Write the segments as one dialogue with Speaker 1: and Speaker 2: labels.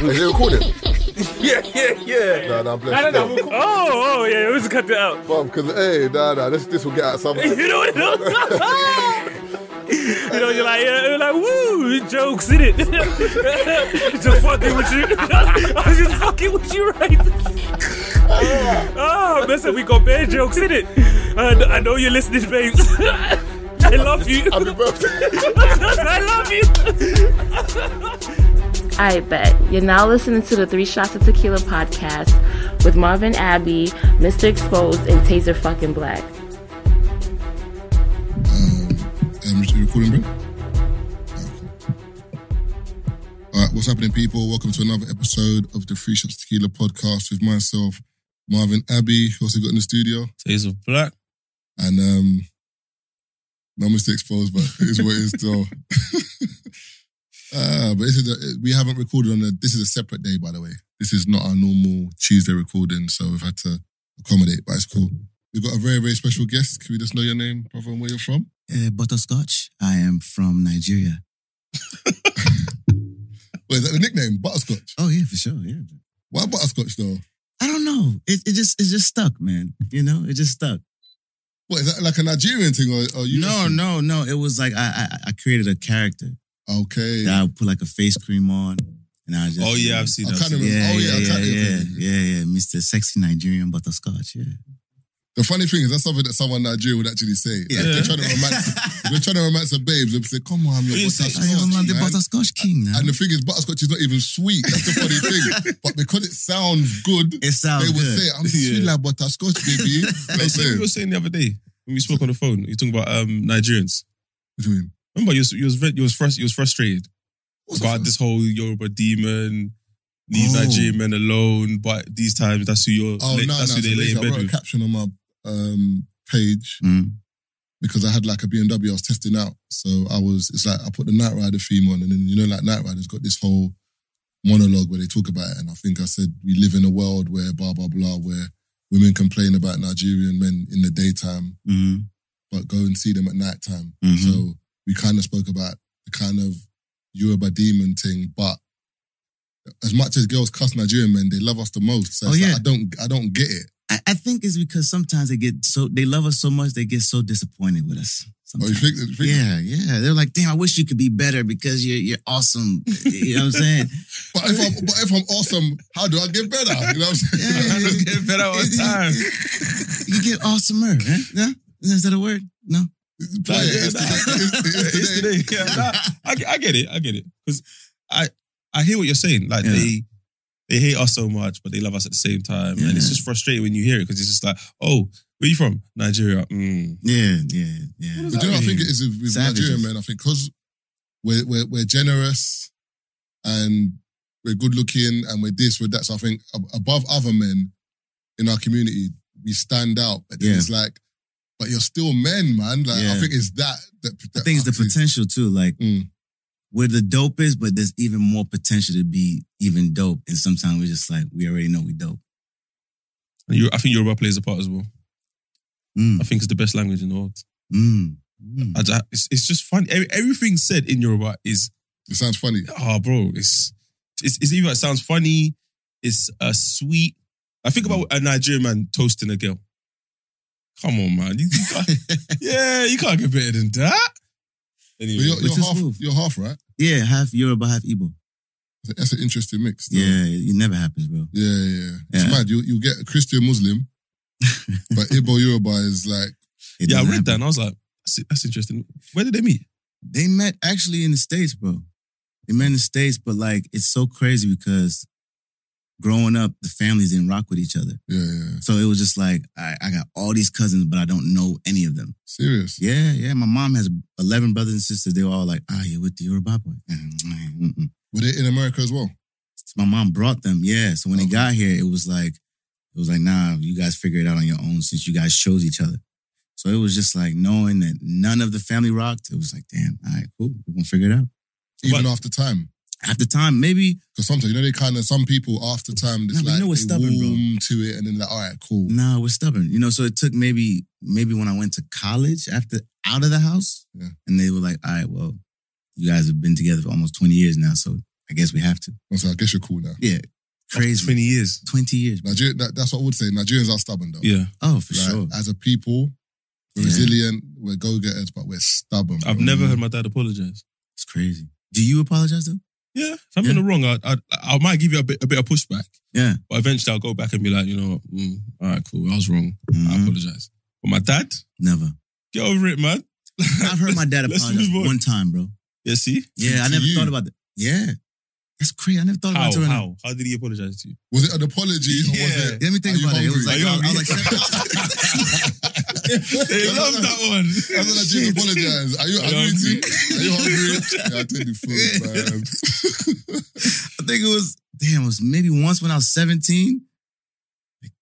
Speaker 1: Is it recording?
Speaker 2: Yeah, yeah, yeah.
Speaker 1: nah, nah, I'm
Speaker 2: I don't
Speaker 1: blessed.
Speaker 2: know. Oh, oh, yeah. We'll just cut that out.
Speaker 1: Because, hey, nah, nah, this, this will get out something.
Speaker 2: You know what? You know, you're like, yeah, you're like, woo, jokes in it. just fucking with you. I was just fucking with you, right? oh, listen, we got bad jokes in it. And I know you're listening, babes. I love you.
Speaker 1: Happy birthday.
Speaker 2: I love you.
Speaker 3: I bet. You're now listening to the Three Shots of Tequila podcast with Marvin Abbey, Mr. Exposed, and Taser fucking Black.
Speaker 4: Um, is it recording, bro? Okay. All right, what's happening, people? Welcome to another episode of the Free Shots Tequila podcast with myself, Marvin Abbey, who also got in the studio,
Speaker 5: Taste of black.
Speaker 4: and um, no mistake exposed, but it is what it is, though. Ah, but this is a, we haven't recorded on a. This is a separate day, by the way. This is not our normal Tuesday recording, so we've had to accommodate, but it's cool. We've got a very, very special guest. Can we just know your name, brother, and where you're from?
Speaker 6: Uh, butterscotch. I am from Nigeria.
Speaker 4: Well, is that the nickname? Butterscotch.
Speaker 6: Oh yeah, for sure. Yeah.
Speaker 4: Why butterscotch though?
Speaker 6: I don't know. It, it just it just stuck, man. You know, it just stuck.
Speaker 4: What is that like a Nigerian thing or, or you?
Speaker 6: No, no, no. It was like I I, I created a character
Speaker 4: Okay.
Speaker 6: that I would put like a face cream on, and I just
Speaker 5: Oh yeah, I've seen
Speaker 4: I
Speaker 5: that.
Speaker 4: can't remember.
Speaker 6: yeah,
Speaker 4: oh yeah,
Speaker 6: yeah,
Speaker 4: I
Speaker 6: yeah,
Speaker 4: can't
Speaker 6: yeah,
Speaker 4: even-
Speaker 6: yeah, yeah, Mr. Sexy Nigerian Butterscotch. Yeah.
Speaker 4: The funny thing is that's something that someone Nigerian would actually say. Like,
Speaker 5: Yeah.
Speaker 4: they're trying to romance. they're trying to romance a babe. They say, "Come on, I'm your
Speaker 5: You say,
Speaker 4: butterscotch."
Speaker 6: I am
Speaker 4: man."
Speaker 6: the Butterscotch King. Now.
Speaker 4: and the thing is, butterscotch is not even sweet. That's the funny thing. But because it sounds good,
Speaker 6: it sounds
Speaker 4: they would
Speaker 6: good.
Speaker 4: say, "I'm sweet
Speaker 5: Yeah.
Speaker 4: like butterscotch, baby." You know what I'm
Speaker 5: Like, what you
Speaker 4: saying?
Speaker 5: were saying the other day when we spoke on the phone, you talking about um, Nigerians.
Speaker 4: What do you mean?
Speaker 5: Remember, you was you was, ve- you was, frust- you was frustrated
Speaker 4: What's
Speaker 5: about
Speaker 4: that?
Speaker 5: this whole Yoruba demon. Leave
Speaker 6: Oh.
Speaker 5: Nigerian men alone, but these times that's who you're.
Speaker 4: Oh
Speaker 5: like,
Speaker 4: no, no.
Speaker 5: that's
Speaker 4: So
Speaker 5: who they lay
Speaker 4: basically,
Speaker 5: in
Speaker 4: I
Speaker 5: bed
Speaker 4: wrote a
Speaker 5: with.
Speaker 4: caption on my um, page.
Speaker 6: Mm.
Speaker 4: because I had like a BMW I was testing out. So I was, it's like I put the Night Rider theme on, and then you know, like Night Rider's got this whole monologue where they talk about it. And I think I said, we live in a world where blah, blah, blah, where women complain about Nigerian men in the daytime,
Speaker 6: Mm.
Speaker 4: but go and see them at nighttime.
Speaker 6: Mhm.
Speaker 4: So we kind of spoke about the kind of Yoruba demon thing, but as much as girls cuss Nigerian men, they love us the most. So
Speaker 6: Oh,
Speaker 4: it's like,
Speaker 6: yeah.
Speaker 4: I don't, I don't get it.
Speaker 6: I, I think it's because sometimes they get so they love us so much they get so disappointed with us.
Speaker 4: Oh, you
Speaker 6: Sometimes.
Speaker 4: think, you think
Speaker 6: Yeah, yeah. They're like, damn, I wish you could be better because you're you're awesome. You know what I'm saying?
Speaker 4: But if I'm, but if I'm awesome, how do I get better? You know what I'm saying?
Speaker 6: Yeah.
Speaker 5: I don't get better on time.
Speaker 6: you get awesomer, huh? No? Is that a word? No.
Speaker 4: Play it.
Speaker 5: yeah,
Speaker 4: It's
Speaker 5: nah.
Speaker 4: today. It's- it's
Speaker 5: It's
Speaker 4: today.
Speaker 5: today. Yeah, nah, I, get- I get it. I get it. Because I I hear what you're saying. Like
Speaker 6: Yeah.
Speaker 5: they they hate us so much, but they love us at the same time, and it's
Speaker 6: Yeah.
Speaker 5: just frustrating when you hear it because it's just like, oh, where you from? Nigeria. Mm.
Speaker 6: Yeah, yeah, yeah.
Speaker 4: But do you know what I think it is with, with
Speaker 6: Savages.
Speaker 4: Nigerian men? I think because we're, we're, we're generous and we're good looking and we're this, we're that. So I think ab- above other men in our community, we stand out. But then
Speaker 6: Yeah.
Speaker 4: it's like, but you're still men, man. Like I
Speaker 6: Yeah.
Speaker 4: think it's that that,
Speaker 6: I
Speaker 4: that
Speaker 6: think it's the
Speaker 4: actually-
Speaker 6: potential too. Like
Speaker 4: Mm.
Speaker 6: we're the dopest, but there's even more potential to be even dope. And sometimes we're just like, we already know we dope.
Speaker 5: And you, I think Yoruba plays a part as well.
Speaker 6: Mm,
Speaker 5: I think it's the best language in the world.
Speaker 6: mm, mm.
Speaker 5: I ju- it's, it's just fun. Every, everything said in Yoruba is
Speaker 4: It sounds funny.
Speaker 5: ah, bro. It's it's, it's even it sounds funny. It's a sweet. I think
Speaker 6: Mm.
Speaker 5: about a Nigerian man toasting a girl. Come on, man. You, you can't, yeah, you can't get better than that.
Speaker 4: But
Speaker 5: Anyway,
Speaker 4: you're,
Speaker 6: What's
Speaker 4: you're
Speaker 6: this
Speaker 4: half.
Speaker 6: move?
Speaker 4: You're half, right?
Speaker 6: Yeah, half Yoruba, half Igbo.
Speaker 4: That's an interesting mix. though.
Speaker 6: Yeah, it never happens, bro.
Speaker 4: Yeah, yeah, yeah. It's
Speaker 6: Yeah.
Speaker 4: mad. You you get a Christian Muslim, but Igbo Yoruba is like
Speaker 6: It
Speaker 5: yeah, I
Speaker 6: doesn't
Speaker 5: read that
Speaker 6: happen.
Speaker 5: and I was like, that's, that's interesting. Where did they meet?
Speaker 6: They met actually in the States, bro. They met in the States, but like it's so crazy because growing up, the families didn't rock with each other.
Speaker 4: yeah, yeah.
Speaker 6: So it was just like I, I got all these cousins, but I don't know any of them.
Speaker 4: Serious.
Speaker 6: Yeah, yeah. My mom has eleven brothers and sisters. They were all like, "Ah, you're with the Yoruba boy." Mm-mm.
Speaker 4: Were they in America as well?
Speaker 6: My mom brought them. Yeah. So when they
Speaker 4: Okay.
Speaker 6: got here, it was like, it was like, "Nah, you guys figure it out on your own since you guys chose each other." So it was just like knowing that none of the family rocked. It was like, "Damn, all right, cool, we're gonna figure it out."
Speaker 4: Even
Speaker 5: But-
Speaker 4: after time.
Speaker 6: At the time, maybe
Speaker 4: Because sometimes, you know, they kind of, some people after time,
Speaker 6: Nah,
Speaker 4: it's
Speaker 6: but you
Speaker 4: like,
Speaker 6: know we're
Speaker 4: they
Speaker 6: stubborn, bro. Mm.
Speaker 4: warm to it and then like, all right, cool.
Speaker 6: No, we're stubborn. You know, so it took maybe maybe when I went to college after out of the house,
Speaker 4: Yeah.
Speaker 6: and they were like, "All right, well, you guys have been together for almost twenty years now, so I guess we have to.
Speaker 4: I was like, I guess you're cool now.
Speaker 6: Yeah. Crazy. 20,
Speaker 5: Twenty years.
Speaker 6: years. bro.
Speaker 4: Nigeria, that, that's what I would say. Nigerians are stubborn though.
Speaker 5: Yeah,
Speaker 6: Oh, for
Speaker 4: Like,
Speaker 6: sure.
Speaker 4: As a people, we're
Speaker 6: Yeah.
Speaker 4: resilient, we're go getters, but we're stubborn.
Speaker 5: I've
Speaker 4: bro.
Speaker 6: Mm.
Speaker 5: never heard my dad apologize.
Speaker 6: It's crazy. Do you apologize though?
Speaker 5: Yeah, if I'm in the wrong, I, I I might give you a bit a bit of pushback,
Speaker 6: Yeah.
Speaker 5: but eventually I'll go back and be like, you know, what, mm, all right, cool, I was wrong. I
Speaker 6: Mhm.
Speaker 5: apologize. But my dad,
Speaker 6: Never.
Speaker 5: get over it, man.
Speaker 6: I've heard my dad
Speaker 5: Let's
Speaker 6: apologize
Speaker 5: move on.
Speaker 6: one time, bro.
Speaker 5: Yeah, see
Speaker 6: Yeah, I
Speaker 4: To
Speaker 6: never
Speaker 4: you.
Speaker 6: thought about that. Yeah. That's crazy. I never thought
Speaker 5: how
Speaker 6: about it.
Speaker 5: how how did he apologize to you?
Speaker 4: Was it an apology or was
Speaker 5: Yeah.
Speaker 4: it?
Speaker 6: Let me think
Speaker 4: Are you
Speaker 6: about it. It was
Speaker 4: hungry?
Speaker 5: Are you
Speaker 6: like, I was
Speaker 5: hungry?
Speaker 6: like,
Speaker 5: they love that one.
Speaker 4: I don't like you apologize. Are you,
Speaker 5: Are
Speaker 4: are
Speaker 5: you
Speaker 4: you eating? Are
Speaker 5: hungry?
Speaker 4: you hungry? yeah, I take the food, man.
Speaker 6: I think it was, damn, it was maybe once when I was 17. Like,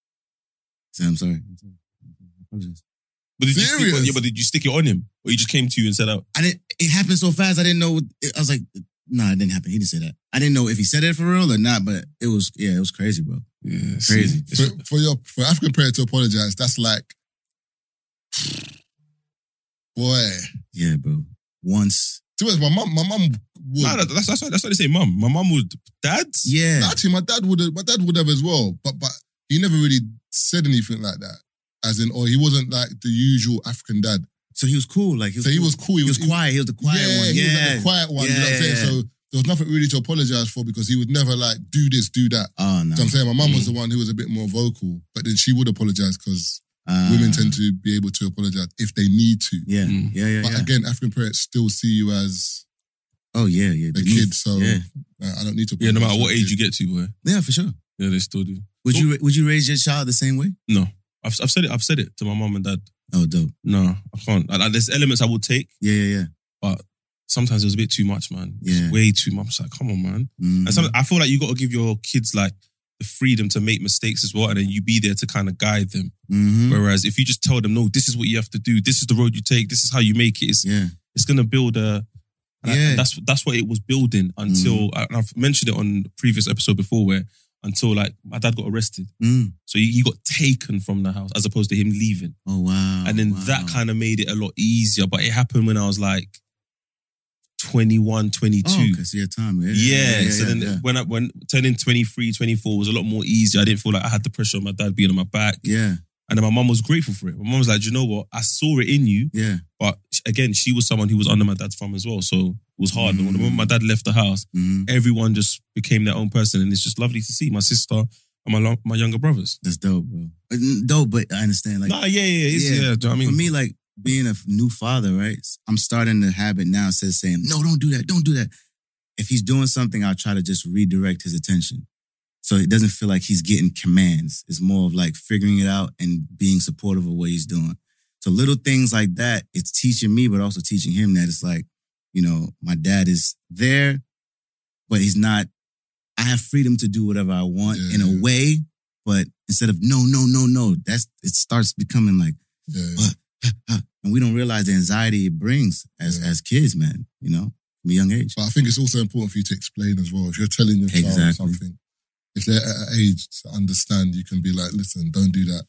Speaker 6: Sam, I'm sorry. I'm sorry. I apologize.
Speaker 5: But did you stick,
Speaker 4: Serious?
Speaker 5: yeah, but did you stick it on him, or he just came to you and said out?
Speaker 6: I didn't, it happened so fast. I didn't know. It, I was like, no, it didn't happen. He didn't say that. I didn't know if he said it for real or not, but it was, yeah, it was crazy, bro.
Speaker 5: Yeah,
Speaker 6: Crazy.
Speaker 5: see, it's-
Speaker 4: for, for your for African parent to apologize, that's like, boy.
Speaker 6: Yeah, bro. Once.
Speaker 4: To be honest, my mum, my mum would.
Speaker 5: Nah, that- that's that's why that's why they say mom. My mom would dad.
Speaker 6: Yeah.
Speaker 4: Actually, my dad would have. My dad would have as well, but but he never really said anything like that. As in, or he wasn't like the usual African dad.
Speaker 6: So he was cool. Like, he was,
Speaker 4: So he
Speaker 6: cool.
Speaker 4: was cool.
Speaker 6: He was quiet. He was the quiet
Speaker 4: yeah,
Speaker 6: one.
Speaker 4: he was
Speaker 6: yeah.
Speaker 4: like the quiet one. you know what I'm
Speaker 6: Yeah.
Speaker 4: saying? So there was nothing really to apologize for because he would never like do this, do that.
Speaker 6: Oh, no.
Speaker 4: So I'm saying my mum was the one who was a bit more vocal, but then she would apologize because
Speaker 6: Uh,
Speaker 4: women tend to be able to apologize if they need to.
Speaker 6: Yeah.
Speaker 5: Mm.
Speaker 6: Yeah, yeah,
Speaker 4: But
Speaker 6: yeah.
Speaker 4: again, African parents still see you as
Speaker 6: Oh, yeah, yeah.
Speaker 4: a
Speaker 6: The youth.
Speaker 4: kid, so
Speaker 6: Yeah.
Speaker 4: uh, I don't need to.
Speaker 5: Yeah, no
Speaker 4: apologize
Speaker 5: matter what
Speaker 4: to a
Speaker 5: age
Speaker 4: kid.
Speaker 5: you get to, boy.
Speaker 6: Yeah, for sure.
Speaker 5: Yeah, they still do.
Speaker 6: Would you would you raise your child the same way?
Speaker 5: No, I've I've said it. I've said it to my mom and dad.
Speaker 6: Oh, dope.
Speaker 5: No, I can't. Like, there's elements I will take.
Speaker 6: Yeah, yeah, yeah.
Speaker 5: Sometimes it was a bit too much, man. It was
Speaker 6: Yeah.
Speaker 5: way too much. I'm just like, come on, man.
Speaker 6: Mhm.
Speaker 5: And some, I feel like you got to give your kids like the freedom to make mistakes as well, and then you be there to kind of guide them.
Speaker 6: Mhm.
Speaker 5: Whereas if you just tell them, no, this is what you have to do. This is the road you take. This is how you make it. It's
Speaker 6: Yeah.
Speaker 5: it's gonna build a. And I-
Speaker 6: Yeah. Hmm.
Speaker 5: and that's that's what it was building until and I've mentioned it on the previous episode before, where until like my dad got arrested,
Speaker 6: Mm.
Speaker 5: so he, he got taken from the house as opposed to him leaving,
Speaker 6: Oh wow.
Speaker 5: and then
Speaker 6: wow.
Speaker 5: that kind of made it a lot easier. But it happened when I was like 21, 22.
Speaker 6: oh, okay, so yeah, time. Yeah.
Speaker 5: Yeah, so then
Speaker 6: yeah.
Speaker 5: when I when turning 23, 24 was a lot more easy. I didn't feel like I had the pressure of my dad being on my back.
Speaker 6: yeah,
Speaker 5: And then my mum was grateful for it. My mum was like, "Do you know what? I saw it in you.
Speaker 6: yeah.
Speaker 5: But sh- again, she was someone who was under my dad's thumb as well. So it was hard. But when the
Speaker 6: Mm.
Speaker 5: moment my dad left the house,
Speaker 6: Mhm.
Speaker 5: everyone just became their own person. And it's just lovely to see my sister and my, lo- my younger brothers.
Speaker 6: That's dope, bro. Uh, n- Dope, but I understand. Like
Speaker 5: nah, yeah, yeah, it's,
Speaker 6: yeah.
Speaker 5: yeah. do you know what I mean?
Speaker 6: for me, like being a f- new father, right? I'm starting the habit now. Instead of saying no, don't do that, don't do that. If he's doing something, I'll try to just redirect his attention, so it doesn't feel like he's getting commands. It's more of like figuring it out and being supportive of what he's doing. So little things like that, it's teaching me, but also teaching him that it's like, you know, my dad is there, but he's not. I have freedom to do whatever I want
Speaker 4: Yeah,
Speaker 6: in
Speaker 4: yeah.
Speaker 6: a way, but instead of no, no, no, no, that's it starts becoming like
Speaker 4: Yeah, yeah.
Speaker 6: But- and we don't realize the anxiety it brings as
Speaker 4: Yeah.
Speaker 6: as kids, man. You know, from a young age.
Speaker 4: But I think it's also important for you to explain as well. If you're telling your child
Speaker 6: Exactly.
Speaker 4: something, if they're at an age to understand, you can be like, "Listen, don't do that."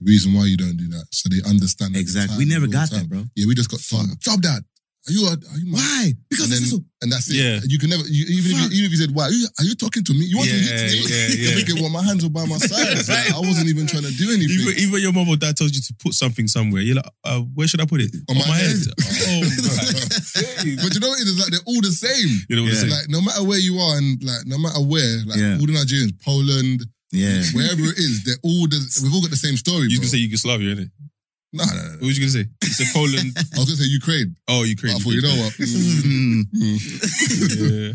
Speaker 4: The reason why you don't do that, so they understand. at the
Speaker 6: Exactly.
Speaker 4: time,
Speaker 6: We never
Speaker 4: real
Speaker 6: got
Speaker 4: time.
Speaker 6: that, bro.
Speaker 4: Yeah, we just got told, "Drop that." Are you? Are you? mad?"
Speaker 6: Why? Because
Speaker 4: And
Speaker 6: this is
Speaker 4: then-
Speaker 6: so-
Speaker 4: And that's it.
Speaker 5: Yeah.
Speaker 4: You can never, you, even, if
Speaker 6: Fuck.
Speaker 4: you, even if you said, why? Are you, are you talking to me? You want to eat?
Speaker 5: Yeah, yeah,
Speaker 4: You're
Speaker 5: yeah.
Speaker 4: thinking, well, my hands were by my sides. Like, I wasn't even trying to do
Speaker 5: Even,
Speaker 4: anything.
Speaker 5: even your mom or dad tells you to put something somewhere. You're like, uh, where should I put it?
Speaker 4: On my head.
Speaker 5: oh my!
Speaker 4: But you know what it is? Like, they're all the same.
Speaker 5: You know what
Speaker 6: Yeah.
Speaker 5: I'm saying?
Speaker 4: Like, no matter where you are and, like, no matter where, like,
Speaker 6: Yeah.
Speaker 4: all the Nigerians, Poland,
Speaker 6: yeah.
Speaker 4: wherever it is, they're all the, we've all got the same story,
Speaker 5: You
Speaker 4: bro.
Speaker 5: can say Yugoslavia, innit?
Speaker 4: no, no, no,
Speaker 5: What
Speaker 4: no.
Speaker 5: was you gonna say? You said Poland.
Speaker 4: I was going to say Ukraine.
Speaker 5: Oh,
Speaker 4: but
Speaker 5: Ukraine.
Speaker 4: I thought, you know what? Mm,
Speaker 6: Mm.
Speaker 4: mm.
Speaker 5: yeah.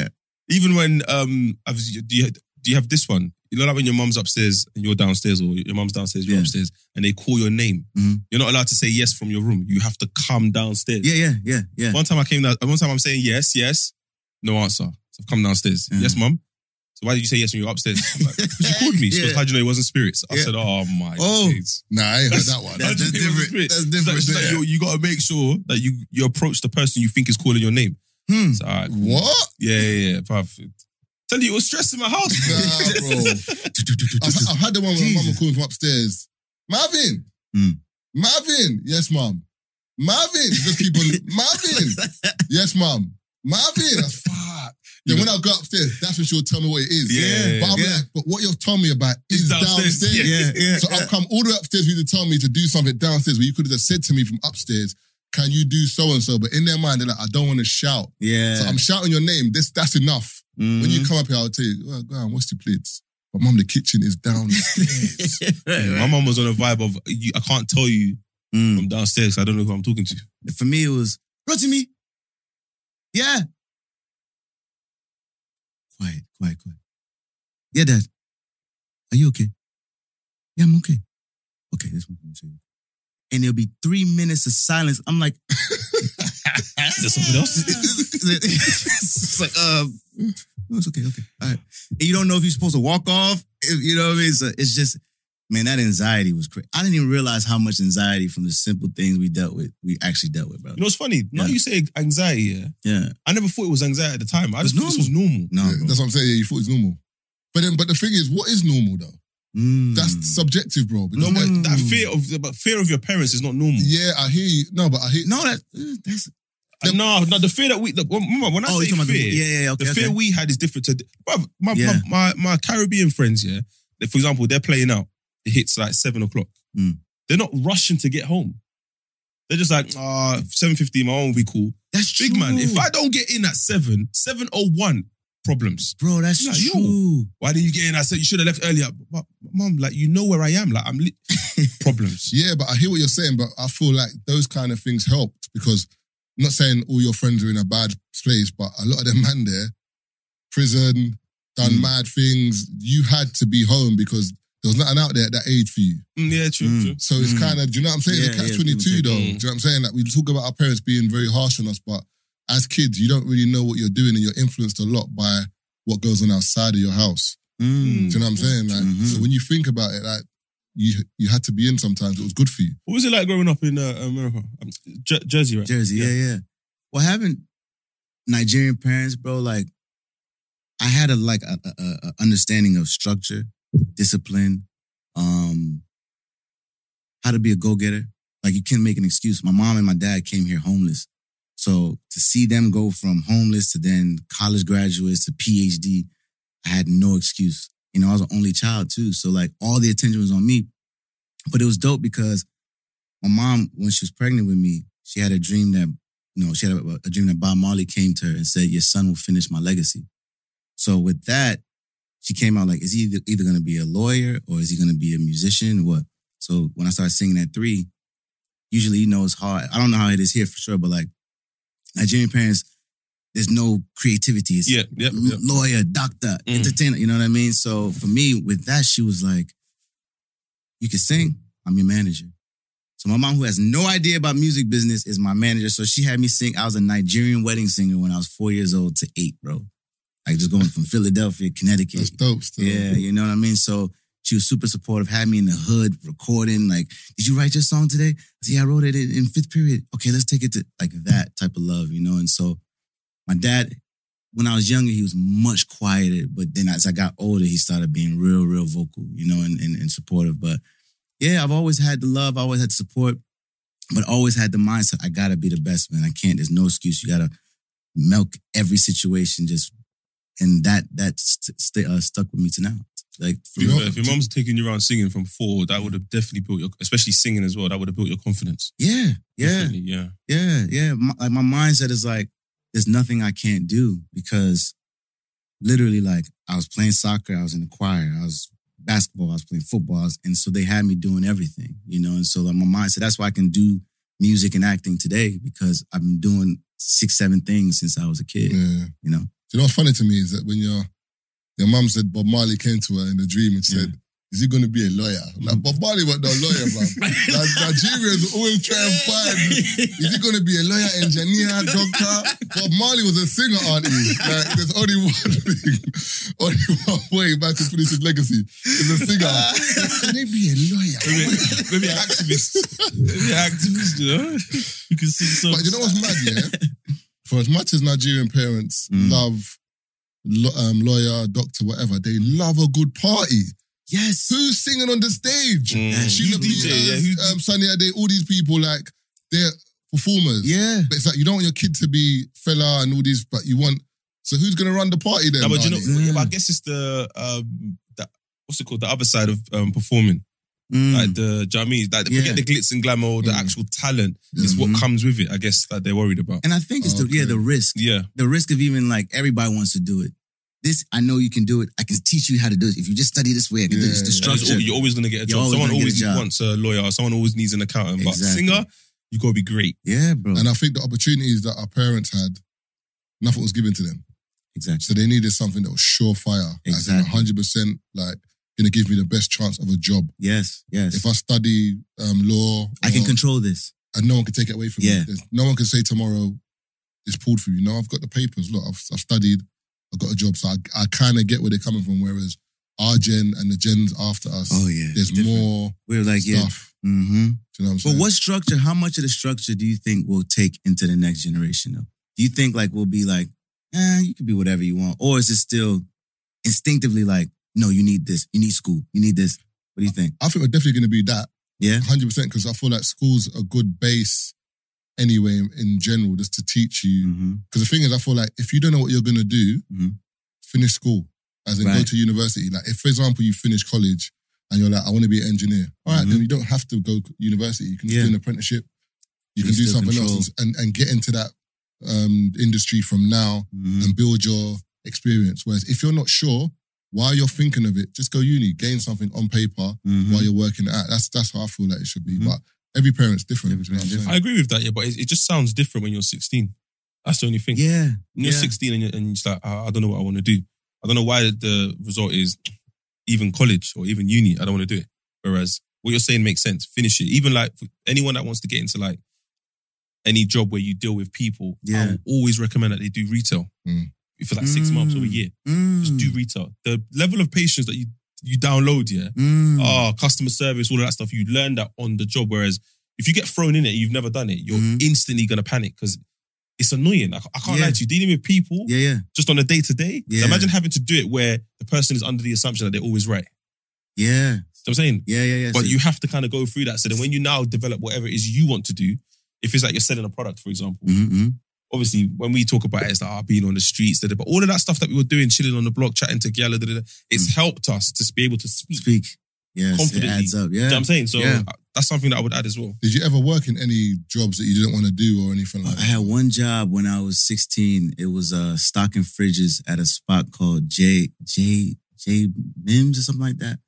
Speaker 6: Yeah.
Speaker 5: Even when um, I was, do you do you have this one? You know, like when your mum's upstairs and you're downstairs, or your mum's downstairs, you're
Speaker 6: Yeah.
Speaker 5: upstairs, and they call your name.
Speaker 6: Mhm.
Speaker 5: You're not allowed to say yes from your room. You have to come downstairs.
Speaker 6: Yeah, yeah, yeah, yeah.
Speaker 5: One time I came down. One time I'm saying yes, yes, no answer. So I've come downstairs.
Speaker 6: Mhm.
Speaker 5: Yes, mum. So why did you say yes when you were upstairs? I'm like, 'Cause you called me. She goes,
Speaker 6: Yeah.
Speaker 5: "How do you know it wasn't spirits?" I
Speaker 6: Yeah.
Speaker 5: said, "Oh my
Speaker 6: Oh.
Speaker 5: days."
Speaker 4: Nah, I ain't heard that one.
Speaker 5: That's- that's different.
Speaker 6: That's
Speaker 5: It's
Speaker 6: different.
Speaker 5: like- it's like
Speaker 6: yeah.
Speaker 5: you, you got to make sure that you you approach the person you think is calling your name.
Speaker 6: Hmm.
Speaker 5: It's all right. cool.
Speaker 4: What?
Speaker 5: Yeah, yeah, yeah. Perfect. Tell you, it was stress in my house.
Speaker 4: Nah, bro. I've, I've had the one where my mum
Speaker 6: Jesus.
Speaker 4: calling from upstairs. Marvin,
Speaker 6: Mm.
Speaker 4: Marvin, yes, mom. Marvin, just keep on. Marvin, yes, mom. Marvin, that's fuck. Then when I go upstairs, that's when she'll tell me what it is.
Speaker 5: Yeah,
Speaker 4: But I'm
Speaker 6: yeah.
Speaker 4: like, but what you've told me about
Speaker 5: It's
Speaker 4: is
Speaker 5: downstairs.
Speaker 4: downstairs.
Speaker 5: Yeah,
Speaker 6: yeah,
Speaker 4: So I've come all the way upstairs for you to tell me to do something downstairs where you could have just said to me from upstairs, can you do so and so? But in their mind, they're like, I don't want to shout.
Speaker 6: Yeah. Hmm. Mm-hmm.
Speaker 4: So I'm shouting your name. This that's enough. When you come up here, I'll tell you, oh, go on, wash your plates. But mum, the kitchen is down.
Speaker 5: Yeah, My mom was on a vibe of you, I can't tell you
Speaker 6: Mm.
Speaker 5: I'm downstairs. I don't know who I'm talking to.
Speaker 6: For me, it was Rotimi. Yeah. Quiet, quiet, quiet. Yeah, Dad. Are you okay? Yeah, I'm okay. Okay, this one. I'm sorry. And there'll be three minutes of silence. I'm like,
Speaker 5: Is there something else?
Speaker 6: it's like, um, no, it's okay, okay, all right. And you don't know if you're supposed to walk off. if- You know what I mean? So it's just, man, that anxiety was crazy. I didn't even realize how much anxiety from the simple things we dealt with, we actually dealt with, bro.
Speaker 5: You know, it's funny. Now
Speaker 6: Yeah.
Speaker 5: you say anxiety, yeah.
Speaker 6: Yeah,
Speaker 5: I never thought it was anxiety at the time. I
Speaker 6: It's
Speaker 5: just thought this was normal.
Speaker 6: no, bro.
Speaker 4: that's what I'm saying. Yeah, you thought it's normal. But then, but the thing is, what is normal though?
Speaker 6: Mm.
Speaker 4: That's subjective, bro.
Speaker 5: No,
Speaker 4: Because
Speaker 5: but
Speaker 4: like,
Speaker 5: that fear of but fear of your parents is not normal.
Speaker 4: yeah, I hear you. No, but I hear
Speaker 6: no, that that's
Speaker 5: Uh, No, no, the fear that we the, remember when I
Speaker 6: oh,
Speaker 5: say
Speaker 6: you
Speaker 5: fear,
Speaker 6: talking about the yeah, yeah, yeah, okay,
Speaker 5: the
Speaker 6: okay.
Speaker 5: fear we had is different to bruv, my,
Speaker 6: Yeah.
Speaker 5: my, my my Caribbean friends. Yeah, They- for example, they're playing out. It hits like seven o'clock.
Speaker 6: Mm.
Speaker 5: They're not rushing to get home. They're just like ah seven fifty. My own will be cool.
Speaker 6: that's true,
Speaker 5: Big man, if I don't get in at seven seven o one problems.
Speaker 6: bro, that's
Speaker 5: Nah, yo.
Speaker 6: true.
Speaker 5: Why didn't you get in? I said you should have left earlier. But mom, like you know where I am. Like I'm li- problems.
Speaker 4: Yeah, but I hear what you're saying, but I feel like those kind of things helped because I'm not saying all your friends are in a bad place, but a lot of them man there, prison, done
Speaker 6: Mm.
Speaker 4: mad things. You had to be home because there was nothing out there at that age for you.
Speaker 5: Mm, yeah, true,
Speaker 6: Mm.
Speaker 5: true.
Speaker 4: So it's
Speaker 6: Mm.
Speaker 4: kind of, do you know what I'm saying?
Speaker 6: Yeah,
Speaker 4: it's a catch
Speaker 6: yeah,
Speaker 4: 22
Speaker 6: people
Speaker 4: though. Do
Speaker 5: take-
Speaker 4: you know what I'm saying? Like we talk about our parents being very harsh on us, but as kids, you don't really know what you're doing and you're influenced a lot by what goes on outside of your house.
Speaker 6: Mm.
Speaker 4: Do you know what I'm saying? Like,
Speaker 6: Mhm.
Speaker 4: so when you think about it, like you you had to be in sometimes. It was good for you.
Speaker 5: What was it like growing up in uh, America, um, Jer- Jersey, right?
Speaker 6: Jersey, yeah, yeah. Well, having Nigerian parents, bro, like I had a like a, a, a- a understanding of structure, discipline, um, how to be a go getter. Like you can't make an excuse. My mom and my dad came here homeless, so to see them go from homeless to then college graduates to PhD, I had no excuse. You know, I was an only child too, so like all the attention was on me. But it was dope because my mom, when she was pregnant with me, she had a dream that, you know, she had a, a dream that Bob Marley came to her and said, Your son will finish my legacy. So with that, she came out like, Is he either, either going to be a lawyer or is he going to be a musician? What? So when I started singing at three, usually, you know, it's hard. I don't know how it is here for sure, but like Nigerian parents, there's no creativity. It's
Speaker 5: Yeah, yeah, yeah.
Speaker 6: lawyer, doctor,
Speaker 5: Mm.
Speaker 6: entertainer. You know what I mean? So for me, with that, she was like, "You can sing. I'm your manager." So my mom, who has no idea about music business, is my manager. So she had me sing. I was a Nigerian wedding singer when I was four years old to eight, bro. Like just going from Philadelphia, Connecticut,
Speaker 4: That's dope. Still.
Speaker 6: yeah, you know what I mean? So she was super supportive, had me in the hood recording. Like, did you write your song today? I said, yeah, I wrote it in, in fifth period. Okay, let's take it to like that type of love, you know? And so my dad, when I was younger, he was much quieter. But then as I got older, he started being real, real vocal, you know, and, and, and supportive. But yeah, I've always had the love, I always had the support, but always had the mindset I gotta be the best, man. I can't, there's no excuse. You gotta milk every situation, just and that that st- st- uh, stuck with me to now. Like for
Speaker 5: To be
Speaker 6: real.
Speaker 5: fair, if your mom's taking you around singing from four, that would have definitely built your, especially singing as well. That would have built your confidence.
Speaker 6: yeah, yeah,
Speaker 5: Definitely, yeah.
Speaker 6: yeah, yeah. My, like my mindset is like, there's nothing I can't do because literally, like I was playing soccer, I was in the choir, I was basketball, I was playing football, I was- and so they had me doing everything, you know. And so like my mindset, that's why I can do music and acting today because I've been doing six, seven things since I was a kid,
Speaker 4: Yeah.
Speaker 6: you know.
Speaker 4: Do you know what's funny to me is that when your your mum said Bob Marley came to her in a dream and she
Speaker 6: Yeah.
Speaker 4: said, "Is he going to be a lawyer?" I'm like Bob Marley was no lawyer, bro. Like, Nigerians always try and find. Is he going to be a lawyer, engineer, doctor? Bob Marley was a singer, aren't he? Like, there's only one thing, only one way back to finish his legacy. Is a singer. Uh, Can he be a
Speaker 5: Maybe,
Speaker 4: lawyer?
Speaker 5: maybe an activist. Maybe an activist, you know? You can sing
Speaker 4: But
Speaker 5: songs.
Speaker 4: you know what's mad, yeah? For as much as Nigerian parents
Speaker 5: Hmm.
Speaker 6: Mm.
Speaker 4: love lo- um, lawyer, doctor, whatever, they love a good party.
Speaker 6: Yes.
Speaker 4: Who's singing on the stage?
Speaker 5: Mm.
Speaker 4: Sheila
Speaker 5: Who's DJ, yeah,
Speaker 4: Peters,
Speaker 5: who's
Speaker 4: um, Sunny Ade, all these people, like, they're performers.
Speaker 6: Yeah.
Speaker 4: But it's like you don't want your kid to be fella and all these, but you want So who's gonna run the party then?
Speaker 5: No, but you know,
Speaker 4: Nani?
Speaker 5: yeah, but I guess it's the um, the, what's it called? The other side of um, performing,
Speaker 6: Mm.
Speaker 5: like the do you know what I mean? Like
Speaker 6: Yeah. Hmm.
Speaker 5: forget the glitz and glamour, the
Speaker 4: Mm.
Speaker 5: actual talent is
Speaker 6: Mhm.
Speaker 5: what comes with it. I guess that they're worried about.
Speaker 6: and I think it's the yeah
Speaker 4: Okay.
Speaker 6: the risk,
Speaker 5: Yeah,
Speaker 6: the risk of even like everybody wants to do it. This I know you can do it. I can teach you how to do it if you just study this way. I can do this.
Speaker 4: Yeah, yeah.
Speaker 6: The
Speaker 5: And it's
Speaker 6: structure.
Speaker 5: al- you're always gonna get a
Speaker 6: You're
Speaker 5: job.
Speaker 6: always
Speaker 5: Someone
Speaker 6: gonna get
Speaker 5: always
Speaker 6: a job.
Speaker 5: wants a lawyer. Someone always needs an accountant. But
Speaker 6: Exactly.
Speaker 5: singer, you gotta be great.
Speaker 6: Yeah, bro.
Speaker 4: and I think the opportunities that our parents had, nothing was given to them.
Speaker 6: Exactly.
Speaker 4: So they needed something that was surefire.
Speaker 6: Exactly.
Speaker 4: hundred percent like gonna give me the best chance of a job.
Speaker 6: Yes. Yes.
Speaker 4: If I study um, law,
Speaker 6: I can
Speaker 4: or-
Speaker 6: control this.
Speaker 4: and no one can take it away from
Speaker 6: Yeah.
Speaker 4: me. There's, no one can say tomorrow it's pulled from you. No, I've got the papers. Look, I've, I've studied. I've got a job, so I, I kind of get where they're coming from. Whereas our gen and the gens after us,
Speaker 6: Oh, yeah.
Speaker 4: there's
Speaker 6: Different.
Speaker 4: more
Speaker 6: We're like yeah.
Speaker 4: stuff. Do you
Speaker 6: Mm-hmm.
Speaker 4: know what I'm
Speaker 6: But
Speaker 4: saying?
Speaker 6: what structure? How much of the structure do you think we'll take into the next generation? Though, do you think like we'll be like, eh, you can be whatever you want, or is it still instinctively like, no, you need this, you need school, you need this? What do you think?
Speaker 4: I think we're definitely going to be that.
Speaker 6: Yeah.
Speaker 4: 100% because I feel like school's a good base anyway in- in general just to teach you.
Speaker 6: Mm-hmm.
Speaker 4: Because the thing is, I feel like if you don't know what you're going to do,
Speaker 6: Mhm.
Speaker 4: finish school. As in go
Speaker 6: Right.
Speaker 4: to university. Like if, for example, you finish college and you're like, I want to be an engineer. All right,
Speaker 6: Mhm.
Speaker 4: then you don't have to go to university. You can
Speaker 6: Yeah.
Speaker 4: do an apprenticeship. You
Speaker 6: You
Speaker 4: can do
Speaker 6: still
Speaker 4: something
Speaker 6: control.
Speaker 4: else and, and get into that um, industry from now
Speaker 6: Mm-hmm. Um,
Speaker 4: and build your experience. Whereas if you're not sure while you're thinking of it, just go uni, gain something on paper
Speaker 6: Mm-hmm.
Speaker 4: while you're working it out. That's that's how I feel like it should be.
Speaker 6: Mhm.
Speaker 4: But every parent's different.
Speaker 6: Every
Speaker 4: do you know what I'm
Speaker 6: parent's
Speaker 5: I
Speaker 4: saying?
Speaker 5: agree with that. Yeah, but it, it just sounds different when you're 16. That's the only thing.
Speaker 6: Yeah,
Speaker 5: When you're
Speaker 6: Yeah.
Speaker 5: 16 and you're, and you're just like, "Ah, I, I don't know what I want to do. I don't know why the result is even college or even uni. I don't want to do it. Whereas what you're saying makes sense. Finish it. Even like for anyone that wants to get into like any job where you deal with people, I
Speaker 6: Yeah.
Speaker 5: will always recommend that they do retail
Speaker 4: Mm.
Speaker 5: for like six months or a
Speaker 6: Mm.
Speaker 5: year. Just
Speaker 6: Mm.
Speaker 5: do retail. The level of patience that you you download, yeah.
Speaker 6: Mm.
Speaker 5: Oh, customer service, all of that stuff. You learn that on the job. Whereas if you get thrown in it, you've never done it, you're
Speaker 6: Mhm.
Speaker 5: instantly gonna panic because it's annoying. I, I can't
Speaker 6: Yeah.
Speaker 5: lie to you. Dealing with people
Speaker 6: yeah, yeah,
Speaker 5: just on a day to day.
Speaker 6: Yeah.
Speaker 5: Imagine having to do it where the person is under the assumption that they're always right.
Speaker 6: yeah,
Speaker 5: You know what I'm saying?
Speaker 6: yeah, yeah, yeah.
Speaker 5: But
Speaker 6: So-
Speaker 5: you have to kind of go through that. So then when you now develop whatever it is you want to do, if it's like you're selling a product, for example,
Speaker 6: Mhm, mhm.
Speaker 5: obviously when we talk about it, it's like ah, being on the streets, da, da, but all of that stuff that we were doing, chilling on the block, chatting to Gyal, da, da, da, it's helped us to be able to speak.
Speaker 6: Hmm. speak. Yes,
Speaker 5: Confidently.
Speaker 6: it adds up.
Speaker 5: You know what
Speaker 6: Yeah,
Speaker 5: I'm saying? So
Speaker 6: Yeah.
Speaker 5: uh, that's something that I would add as well.
Speaker 4: Did you ever work in any jobs that you didn't want to do or anything like
Speaker 6: I
Speaker 4: that?
Speaker 6: had one job when I was 16. It was uh stocking fridges at a spot called J J J Mims or something like that.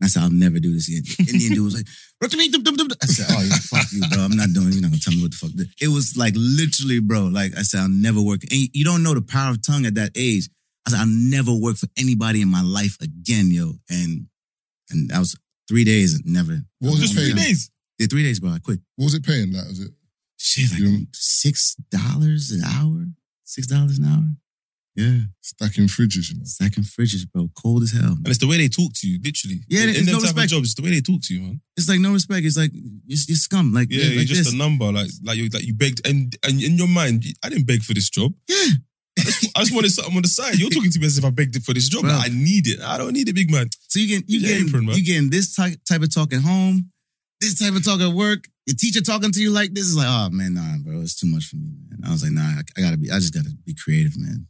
Speaker 6: And I said, I'll never do this again. The Indian dude was like, "Rotomi, dum, dum, dum, dum." I said, Oh yeah, fuck you, bro. I'm not doing it. You're not gonna tell me what the fuck. to do." It was like literally, bro. Like I said, I'll never work. And you don't know the power of tongue at that age. I said, I'll never work for anybody in my life again, yo. And and that was three days and never.
Speaker 4: What was
Speaker 5: Just
Speaker 4: it
Speaker 5: three
Speaker 4: paying?
Speaker 5: days.
Speaker 6: Yeah, three days, bro. I quit
Speaker 4: What was it paying? Like, was it?
Speaker 6: shit, like
Speaker 4: Yeah.
Speaker 6: six dollars an hour, six dollars an hour. Yeah,
Speaker 4: Stacking fridges, you know.
Speaker 6: stacking fridges, bro, cold as hell.
Speaker 5: And it's the way they talk to you, literally.
Speaker 6: Yeah,
Speaker 5: in,
Speaker 6: there's
Speaker 5: in them
Speaker 6: no
Speaker 5: type
Speaker 6: respect.
Speaker 5: of jobs, it's the way they talk to you, man.
Speaker 6: It's like no respect. It's like you're, you're scum. Like
Speaker 5: Yeah,
Speaker 6: like
Speaker 5: you're just
Speaker 6: this.
Speaker 5: a number. Like, like you, like you begged, and, and in your mind, you- I didn't beg for this job.
Speaker 6: Yeah.
Speaker 5: I just wanted something on the side. You're talking to me as if I begged it for this job.
Speaker 6: Bro.
Speaker 5: Like, I need it. I don't need it, big man.
Speaker 6: So you get you
Speaker 5: Yeah,
Speaker 6: getting
Speaker 5: apron, man.
Speaker 6: you getting this ty- type of talk at home, this type of talk at work. Your teacher talking to you like this is like, oh man, nah, bro, it's too much for me, man. I was like, nah, I, I gotta be, I just gotta be creative, man.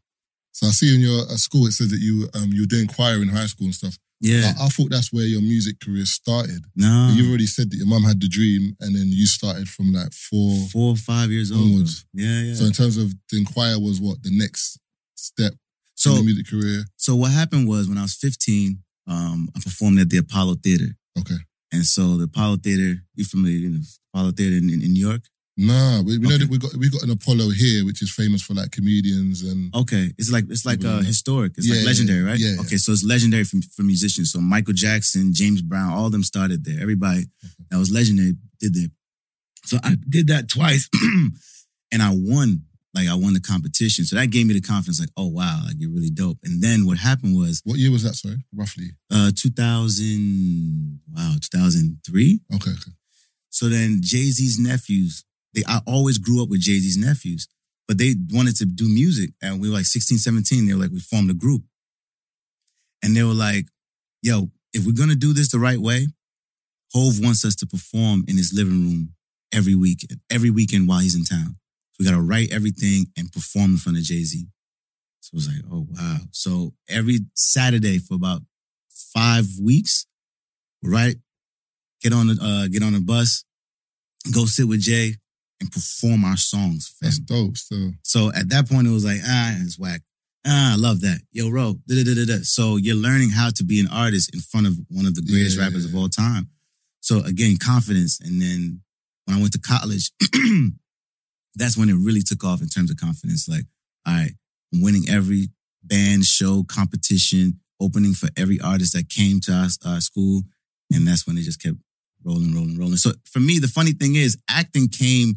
Speaker 4: So I see in your uh, school it says that you um you were doing choir in high school and stuff.
Speaker 5: Uh,
Speaker 6: Yeah, Hmm.
Speaker 4: I, I thought that's where your music career started.
Speaker 6: no,
Speaker 4: You've already said that your mum had the dream, and then you started from like four.
Speaker 6: four or five years old. bro.
Speaker 4: Onwards.
Speaker 6: Yeah, yeah.
Speaker 4: So in terms of the choir was what the next step in
Speaker 6: so
Speaker 4: your music career.
Speaker 6: So what happened was when I was 15, um, I performed at the Apollo Theater.
Speaker 4: Okay.
Speaker 6: And so the Apollo Theater, you familiar, you know, Apollo Theater in, in, in New York?
Speaker 4: Nah, we, we know
Speaker 6: Okay.
Speaker 4: that we got we got an Apollo here, which is famous for like comedians and
Speaker 6: Okay. It's like it's like uh, historic. It's
Speaker 4: Yeah,
Speaker 6: like
Speaker 4: yeah,
Speaker 6: legendary, right?
Speaker 4: yeah, yeah.
Speaker 6: Okay, so it's legendary for, for musicians. So Michael Jackson, James Brown, all of them started there. Everybody that was legendary did that. So I did that twice and I won. Like I won the competition. So that gave me the confidence, like, oh wow, like you're really dope. And then what happened was
Speaker 4: what year was that? Sorry, roughly.
Speaker 6: uh 2000, wow, 2003.
Speaker 4: Okay, okay.
Speaker 6: So then Jay Z's nephews, they I always grew up with Jay Z's nephews, but they wanted to do music. And we were like 16, 17. They were like, we formed a group. And they were like, yo, if we're gonna do this the right way, Hove wants us to perform in his living room every week, every weekend while he's in town. So we gotta write everything and perform in front of Jay Z. So it was like, oh wow. So every Saturday for about five weeks, right? Get on the uh, get on the bus, go sit with Jay, and perform our songs. fam.
Speaker 4: That's dope. So
Speaker 6: So at that point, it was like, ah, it's whack. Ah, I love that. Yo, Ro. da-da-da-da-da. So you're learning how to be an artist in front of one of the greatest
Speaker 4: Yeah.
Speaker 6: rappers of all time. So again, confidence. And then when I went to college, that's when it really took off in terms of confidence. Like, all right, I'm winning every band, show, competition, opening for every artist that came to our, our school. And that's when it just kept rolling, rolling, rolling. So for me, the funny thing is acting came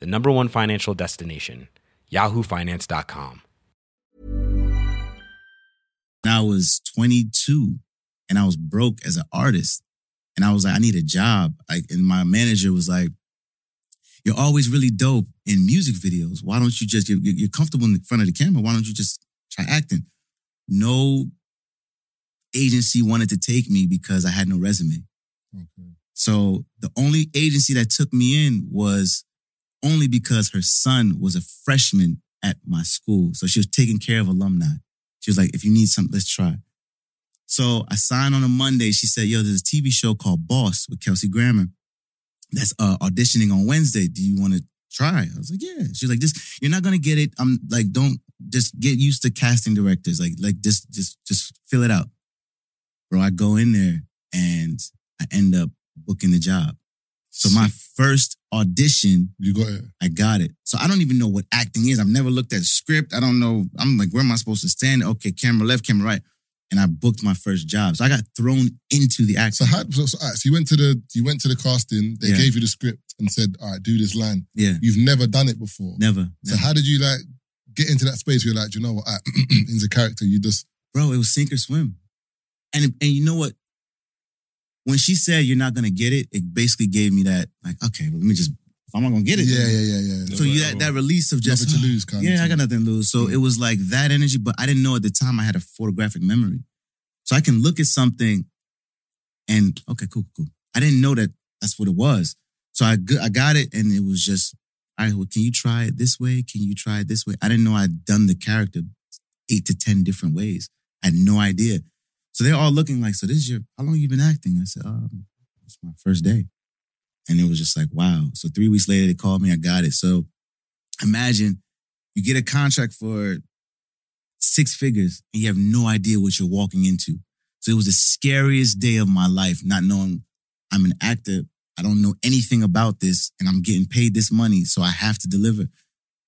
Speaker 7: the number one financial destination, yahoofinance.com.
Speaker 6: and I was 22 and I was broke as an artist. And I was like, I need a job. Like, and my manager was like, You're always really dope in music videos. Why don't you just, you're, you're comfortable in the front of the camera. Why don't you just try acting? No agency wanted to take me because I had no resume.
Speaker 4: okay.
Speaker 6: So the only agency that took me in was only because her son was a freshman at my school. So she was taking care of alumni. She was like, if you need something, let's try. So I signed on a Monday. She said, yo, there's a TV show called Boss with Kelsey Grammer that's uh, auditioning on Wednesday. Do you want to try? I was like, yeah. She's like, just, you're not going to get it. I'm like, don't, just get used to casting directors. Like, like just, just, just fill it out. Bro, I go in there and I end up booking the job. So my first audition,
Speaker 4: you got it.
Speaker 6: I got it. So I don't even know what acting is. I've never looked at script. I don't know. I'm like, where am I supposed to stand? Okay, camera left, camera right. And I booked my first job. So I got thrown into the
Speaker 4: So,
Speaker 6: acting.
Speaker 4: how, so, so, all right, so you went to the you went to the casting. They
Speaker 6: Yeah.
Speaker 4: gave you the script and said, "All right, do this line."
Speaker 6: yeah,
Speaker 4: You've never done it before.
Speaker 6: never.
Speaker 4: So
Speaker 6: never.
Speaker 4: how did you like get into that space? Where you're like, "Do you know what? All right, in the character, you just
Speaker 6: Bro, it was sink or swim. And, and you know what? When she said you're not going to get it, it basically gave me that, like, okay, well, let me just, if I'm not going to get it.
Speaker 4: yeah,
Speaker 6: then-
Speaker 4: yeah, yeah, yeah.
Speaker 6: So you that, that release of just
Speaker 4: nothing to lose, kind of.
Speaker 6: Yeah, I
Speaker 4: thing.
Speaker 6: got nothing to lose. So it was like that energy, but I didn't know at the time I had a photographic memory. So I can look at something and okay, cool, cool. I didn't know that that's what it was. So I go- I got it and it was just, all right, well, can you try it this way? Can you try it this way? I didn't know I'd done the character eight to 10 different ways. I had no idea. So they're all looking like, so this is your, how long you been acting? I said, um, it's my first day. And it was just like, wow. So three weeks later, they called me, I got it. So imagine you get a contract for six figures and you have no idea what you're walking into. So it was the scariest day of my life, not knowing I'm an actor. I don't know anything about this and I'm getting paid this money. So I have to deliver.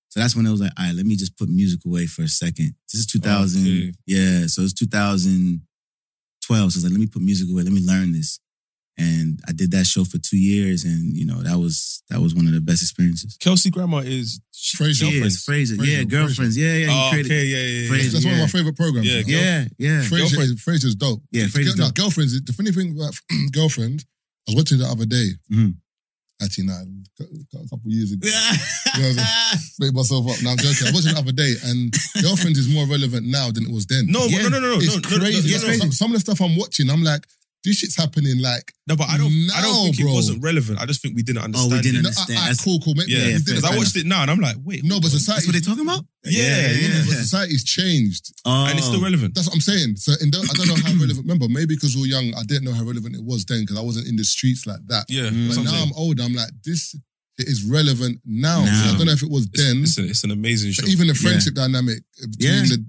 Speaker 6: So that's when it was like, all right, let me just put music away for a second. This is 2000.
Speaker 5: Okay.
Speaker 6: Yeah. So it's 2012. So it's like, let me put music away. Let me learn this. And I did that show for two years. And, you know, that was, that was one of the best experiences.
Speaker 5: Kelsey Grammer is
Speaker 4: Frasier.
Speaker 6: Yes,
Speaker 5: girlfriends.
Speaker 6: Fraser.
Speaker 4: Frasier,
Speaker 6: Yeah, girlfriends. Yeah, yeah. he
Speaker 5: Oh,
Speaker 6: created-
Speaker 5: okay, yeah, yeah, yeah.
Speaker 6: Frasier.
Speaker 4: That's one
Speaker 6: Yeah.
Speaker 4: of my favorite programs.
Speaker 5: Yeah,
Speaker 4: you know?
Speaker 6: Yeah, yeah.
Speaker 4: Frasier,
Speaker 5: Girlfriend.
Speaker 4: Frasier's dope.
Speaker 6: Yeah, Frasier's
Speaker 4: no,
Speaker 6: dope.
Speaker 4: Girlfriend's the funny thing about girlfriend. I was watching it the other day.
Speaker 6: Mhm.
Speaker 4: Actually, nah, a couple years ago. Make myself up. Now I'm joking. I was watching it the other day, and girlfriend is more relevant now than it was then.
Speaker 5: No,
Speaker 6: Yeah.
Speaker 5: no, no, no, no,
Speaker 4: it's
Speaker 5: no, no, no,
Speaker 4: crazy.
Speaker 5: no, no, no,
Speaker 4: Some- Some of the stuff I'm watching, I'm like, this shit's happening. Like,
Speaker 5: no, but I don't, I
Speaker 4: Now,
Speaker 5: don't think
Speaker 4: bro.
Speaker 5: it wasn't relevant. I just think we didn't understand.
Speaker 6: didn't
Speaker 5: it.
Speaker 4: no,
Speaker 6: understand.
Speaker 4: I,
Speaker 6: That's-
Speaker 4: cool, cool. Make,
Speaker 5: Yeah,
Speaker 4: make-
Speaker 6: Yeah,
Speaker 5: because I
Speaker 6: fair
Speaker 5: watched it now and I'm like, wait,
Speaker 4: No,
Speaker 5: hold
Speaker 4: but
Speaker 5: on.
Speaker 4: society.
Speaker 6: That's what they're talking about?
Speaker 5: Yeah,
Speaker 4: yeah,
Speaker 5: yeah.
Speaker 4: but society's changed.
Speaker 6: Oh.
Speaker 5: and it's still relevant.
Speaker 4: That's what I'm saying. So in the, I don't know how relevant. Remember, maybe because we were young, I didn't know how relevant it was then because I wasn't in the streets like that.
Speaker 5: Yeah,
Speaker 6: Mm.
Speaker 4: But
Speaker 5: that's what I'm
Speaker 4: now
Speaker 5: saying.
Speaker 4: I'm older. I'm like, this it is relevant now.
Speaker 6: Now.
Speaker 4: So I don't know if it was
Speaker 5: It's,
Speaker 4: then.
Speaker 5: it's, a, it's an amazing show.
Speaker 4: but even the friendship dynamic between
Speaker 6: Yeah.
Speaker 4: the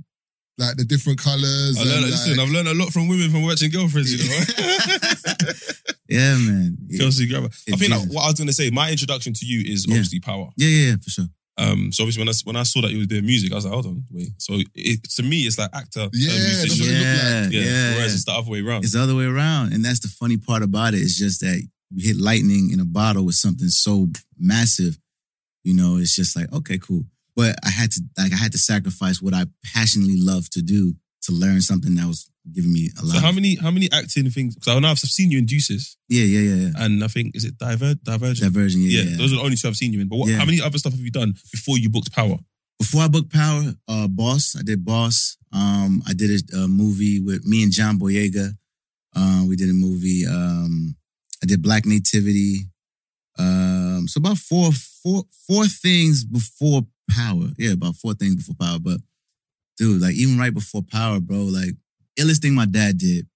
Speaker 4: like the different colors.
Speaker 5: I learned,
Speaker 4: and,
Speaker 5: listen,
Speaker 4: like,
Speaker 5: I've learned a lot from women from watching girlfriends. You know,
Speaker 6: yeah, man. Yeah,
Speaker 5: Kelsey Grammer. I think like,
Speaker 6: Jesus.
Speaker 5: what I was gonna say. My introduction to you is
Speaker 6: Yeah.
Speaker 5: obviously Power.
Speaker 6: yeah, yeah, for sure.
Speaker 5: Um, so obviously when I when I saw that you was doing music, I was like, hold on, wait. So it, to me, it's like actor, uh,
Speaker 4: Yeah, that's
Speaker 5: musician.
Speaker 4: what it
Speaker 6: Yeah,
Speaker 5: yeah.
Speaker 6: yeah.
Speaker 5: Whereas it's the other way around.
Speaker 6: It's the other way around. And that's the funny part about it. It's just that you hit lightning in a bottle with something so massive. You know, it's just like, okay, cool. But I had to like I had to sacrifice what I passionately love to do to learn something that was giving me a lot.
Speaker 5: So how
Speaker 6: of-
Speaker 5: many how many acting things? Because I know I've seen you in Deuces,
Speaker 6: Yeah, yeah, yeah, yeah.
Speaker 5: and I think is it Diver Divergent?
Speaker 6: Divergent. Yeah,
Speaker 5: yeah,
Speaker 6: yeah.
Speaker 5: those are the only two I've seen you in. But what,
Speaker 6: Yeah.
Speaker 5: how many other stuff have you done before you booked Power?
Speaker 6: Before I booked Power, uh, Boss, I did Boss. Um, I did a, a movie with me and John Boyega. Uh, we did a movie. Um, I did Black Nativity. Um, so about four, four, four things before Power. Yeah, about four things before Power. But dude, like even right before Power, bro, like illest thing my dad did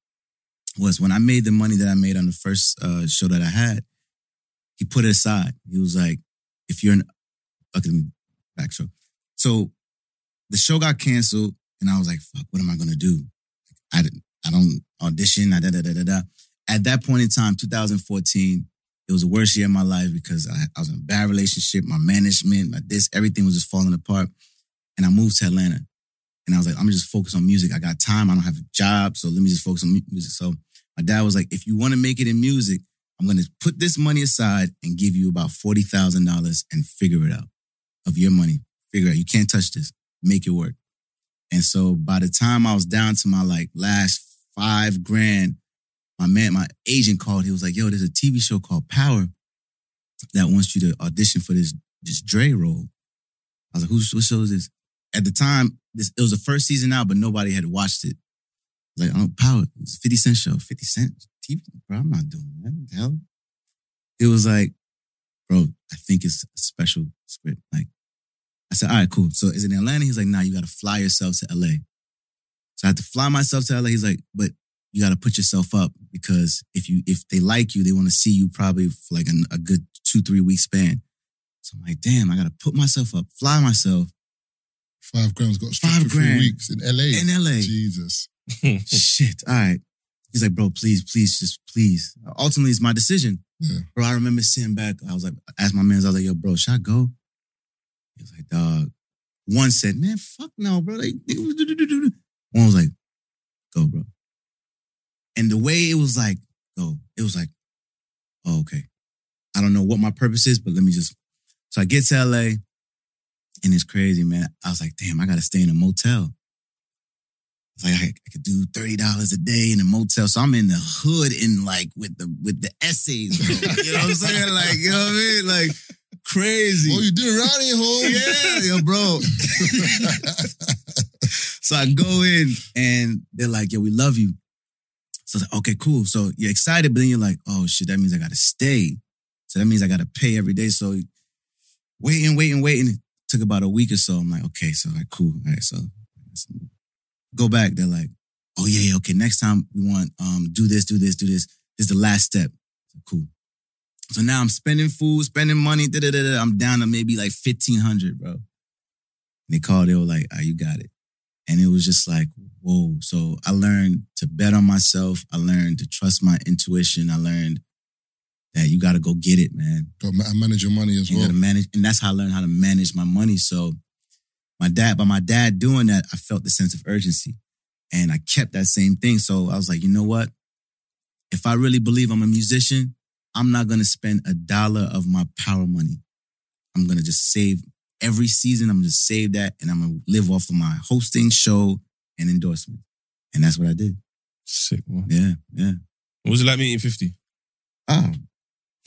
Speaker 6: was when I made the money that I made on the first uh, show that I had, he put it aside. He was like, "If you're an," okay, let me back show. So the show got canceled, and I was like, "Fuck, what am I gonna do? I didn't, I don't audition." I da da da da da. At that point in time, 2014, it was the worst year of my life because I, I was in a bad relationship. My management, my this, everything was just falling apart. And I moved to Atlanta, and I was like, "I'm just focused on music. I got time. I don't have a job, so let me just focus on mu- music." So my dad was like, "If you want to make it in music." I'm gonna put this money aside and give you about forty thousand dollars and figure it out of your money. Figure out you can't touch this. Make it work. And so by the time I was down to my like last five grand, my man, my agent called. He was like, "Yo, there's a TV show called Power that wants you to audition for this this Dre role." I was like, "Who's what show is this?" At the time, this it was the first season out, but nobody had watched it. I was like, "Oh, Power, it's a Fifty Cent show. Fifty Cent TV, bro. I'm not doing that. What the hell?" It was like bro, I think it's a special script. Like, I said, all right, cool. So is it in Atlanta? He's like, nah, you gotta fly yourself to LA. So I had to fly myself to LA. He's like, but you gotta put yourself up because if you if they like you, they want to see you probably for like an, a good two three week span. So I'm like, damn, I gotta put myself up, fly myself
Speaker 4: Five grand's got stripped
Speaker 6: Five
Speaker 4: for
Speaker 6: grand.
Speaker 4: three weeks in LA.
Speaker 6: in LA.
Speaker 4: Jesus.
Speaker 6: Shit, all right. He's like, bro, please, please, just please. Ultimately, it's my decision.
Speaker 4: Yeah.
Speaker 6: Bro, I remember sitting back. I was like, I asked my man, I was like, yo, bro, should I go? He was like, dog. One said, man, fuck no, bro. Like, nigga, do, do, do, do, do. One was like, go, bro. And the way it was like, go, it was like, oh, okay. I don't know what my purpose is, but let me just. So I get to LA and it's crazy, man. I was like, damn, I got to stay in a motel. It's like I, I could do thirty dollars a day in a motel, so I'm in the hood and like with the with the essays. Bro. You know what I'm saying? Like you know what I mean? Like crazy.
Speaker 4: Oh, you doing around here,
Speaker 6: yeah,
Speaker 4: home?
Speaker 6: yo, bro. so I go in and they're like, "Yo, we love you." So I was like, "Okay, cool." So you're excited, but then you're like, "Oh shit, that means I gotta stay." So that means I gotta pay every day. So waiting, waiting, waiting. It took about a week or so. I'm like, "Okay, so like, cool. All right, so go back." They're like, "Oh yeah, yeah, okay. Next time we want um do this, do this, do this. This is the last step." Cool. So now I'm spending food, spending money. Da, da, da, da. I'm down to maybe like fifteen hundred, bro. And they called. They were like, "Ah, you got it." And it was just like, whoa. So I learned to bet on myself. I learned to trust my intuition. I learned that you got to go get it, man.
Speaker 4: Got ma- I manage your money as
Speaker 6: You
Speaker 4: well.
Speaker 6: gotta manage, and that's how I learned how to manage my money. So my dad, by my dad doing that, I felt the sense of urgency. And I kept that same thing. So I was like, you know what? If I really believe I'm a musician, I'm not gonna spend a dollar of my power money. I'm gonna just save every season, I'm gonna save that and I'm gonna live off of my hosting show and endorsement. And that's what I did.
Speaker 5: Sick man.
Speaker 6: Yeah, yeah.
Speaker 5: What was it like meeting fifty?
Speaker 6: Oh,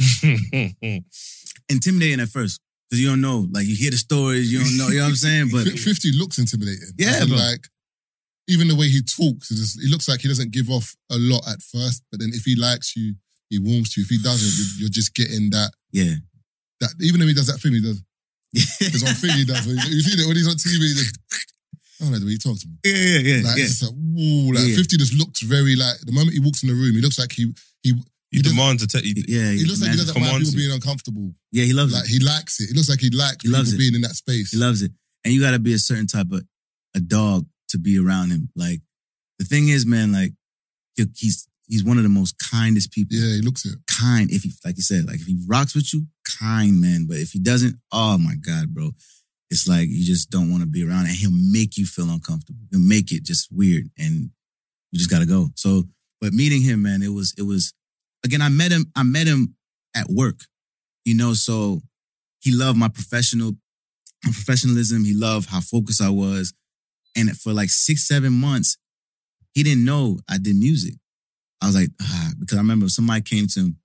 Speaker 5: yeah,
Speaker 6: intimidating at first. Cause you don't know. Like you hear the stories, you don't know, you know what I'm saying? But
Speaker 4: F- 50 looks intimidating.
Speaker 6: Yeah,
Speaker 4: As in,
Speaker 6: bro.
Speaker 4: like even the way he talks, it, just, it looks like he doesn't give off a lot at first, but then if he likes you, he warms to you. If he doesn't, you- you're just getting that.
Speaker 6: yeah.
Speaker 4: That even though he does that thing, he does his own thing. He does. When he's- You've seen it when he's on TV. He just, I don't know the way he talks to me.
Speaker 6: Yeah, yeah, yeah.
Speaker 4: Like,
Speaker 6: yeah.
Speaker 4: it's just like, ooh, like
Speaker 6: Yeah.
Speaker 4: 50 just looks very like the moment he walks in the room, he looks like he he
Speaker 5: you
Speaker 4: He does-
Speaker 5: demand to take.
Speaker 6: yeah,
Speaker 4: he looks like he
Speaker 6: man.
Speaker 4: doesn't mind
Speaker 5: commands
Speaker 4: people
Speaker 5: you.
Speaker 4: being uncomfortable.
Speaker 6: yeah, he loves
Speaker 4: Like
Speaker 6: it.
Speaker 4: he likes it. It looks like he likes
Speaker 6: He
Speaker 4: people
Speaker 6: loves it.
Speaker 4: being in that space.
Speaker 6: He loves it. And you gotta be a certain type of a dog to be around him. Like the thing is, man, like he- he's he's one of the most kindest people.
Speaker 4: yeah, he looks it.
Speaker 6: Kind if he like you said, like if he rocks with you, kind man. But if he doesn't, oh my God, bro. It's like you just don't want to be around and he'll make you feel uncomfortable. He'll make it just weird and you just gotta go. So but meeting him, man, it was it was again, I met him, I met him at work, you know, so he loved my professional my professionalism. He loved how focused I was. And for like six, seven months, he didn't know I did music. I was like, ah, because I remember somebody came to him.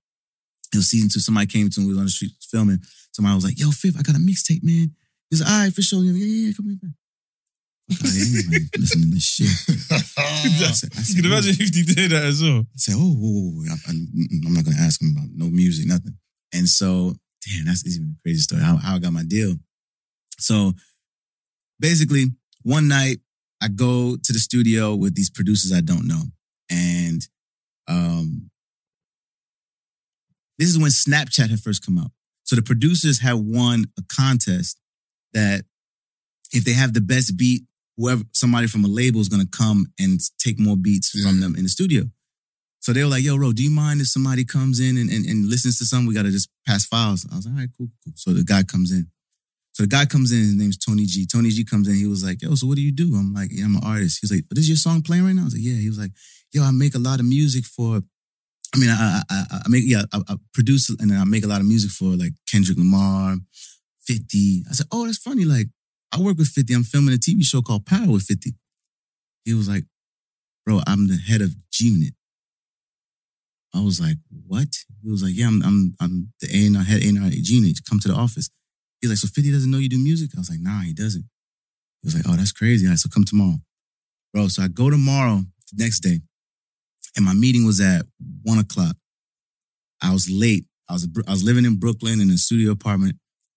Speaker 6: It was season two. Somebody came to him. We was on the street filming. Somebody was like, yo, Fifth, I got a mixtape, man. He was like, all right, for sure. Yeah, yeah, yeah, come here, man. I was like, "Ain't nobody listening to this shit. I said, I
Speaker 5: You
Speaker 6: said,
Speaker 5: can imagine if you did that as well.
Speaker 6: say, oh, whoa, whoa, whoa, whoa. I, am not going to ask him about no music, nothing. And so, damn, that's even a crazy story. How, how I got my deal. So basically, one night I go to the studio with these producers I don't know. And um, this is when Snapchat had first come out. So the producers had won a contest that if they have the best beat, whoever somebody from a label is gonna come and take more beats
Speaker 4: Yeah.
Speaker 6: from them in the studio. So they were like, yo, bro, do you mind if somebody comes in and, and, and listens to something? We gotta just pass files. I was like, all right, cool, cool. So the guy comes in. So the guy comes in, his name's Tony G. Tony G comes in, he was like, yo, so what do you do? I'm like, yeah, I'm an artist. He's like, but is your song playing right now? I was like, yeah. He was like, yo, I make a lot of music for I mean, I, I, I- I make yeah, I, I produce and then I make a lot of music for like Kendrick Lamar, Fifty. I said, oh, that's funny. Like, I work with Fifty. I'm filming a TV show called Power with Fifty. He was like, bro, I'm the head of G Unit. I was like, what? He was like, yeah, I'm I'm I'm the A and R head A and R at G Unit. Come to the office. He's like, so Fifty doesn't know you do music. I was like, nah, he doesn't. He was like, oh, that's crazy. I so come tomorrow, bro. So I go tomorrow, the next day and my meeting was at one o'clock. I was late. I was I was living in Brooklyn in a studio apartment.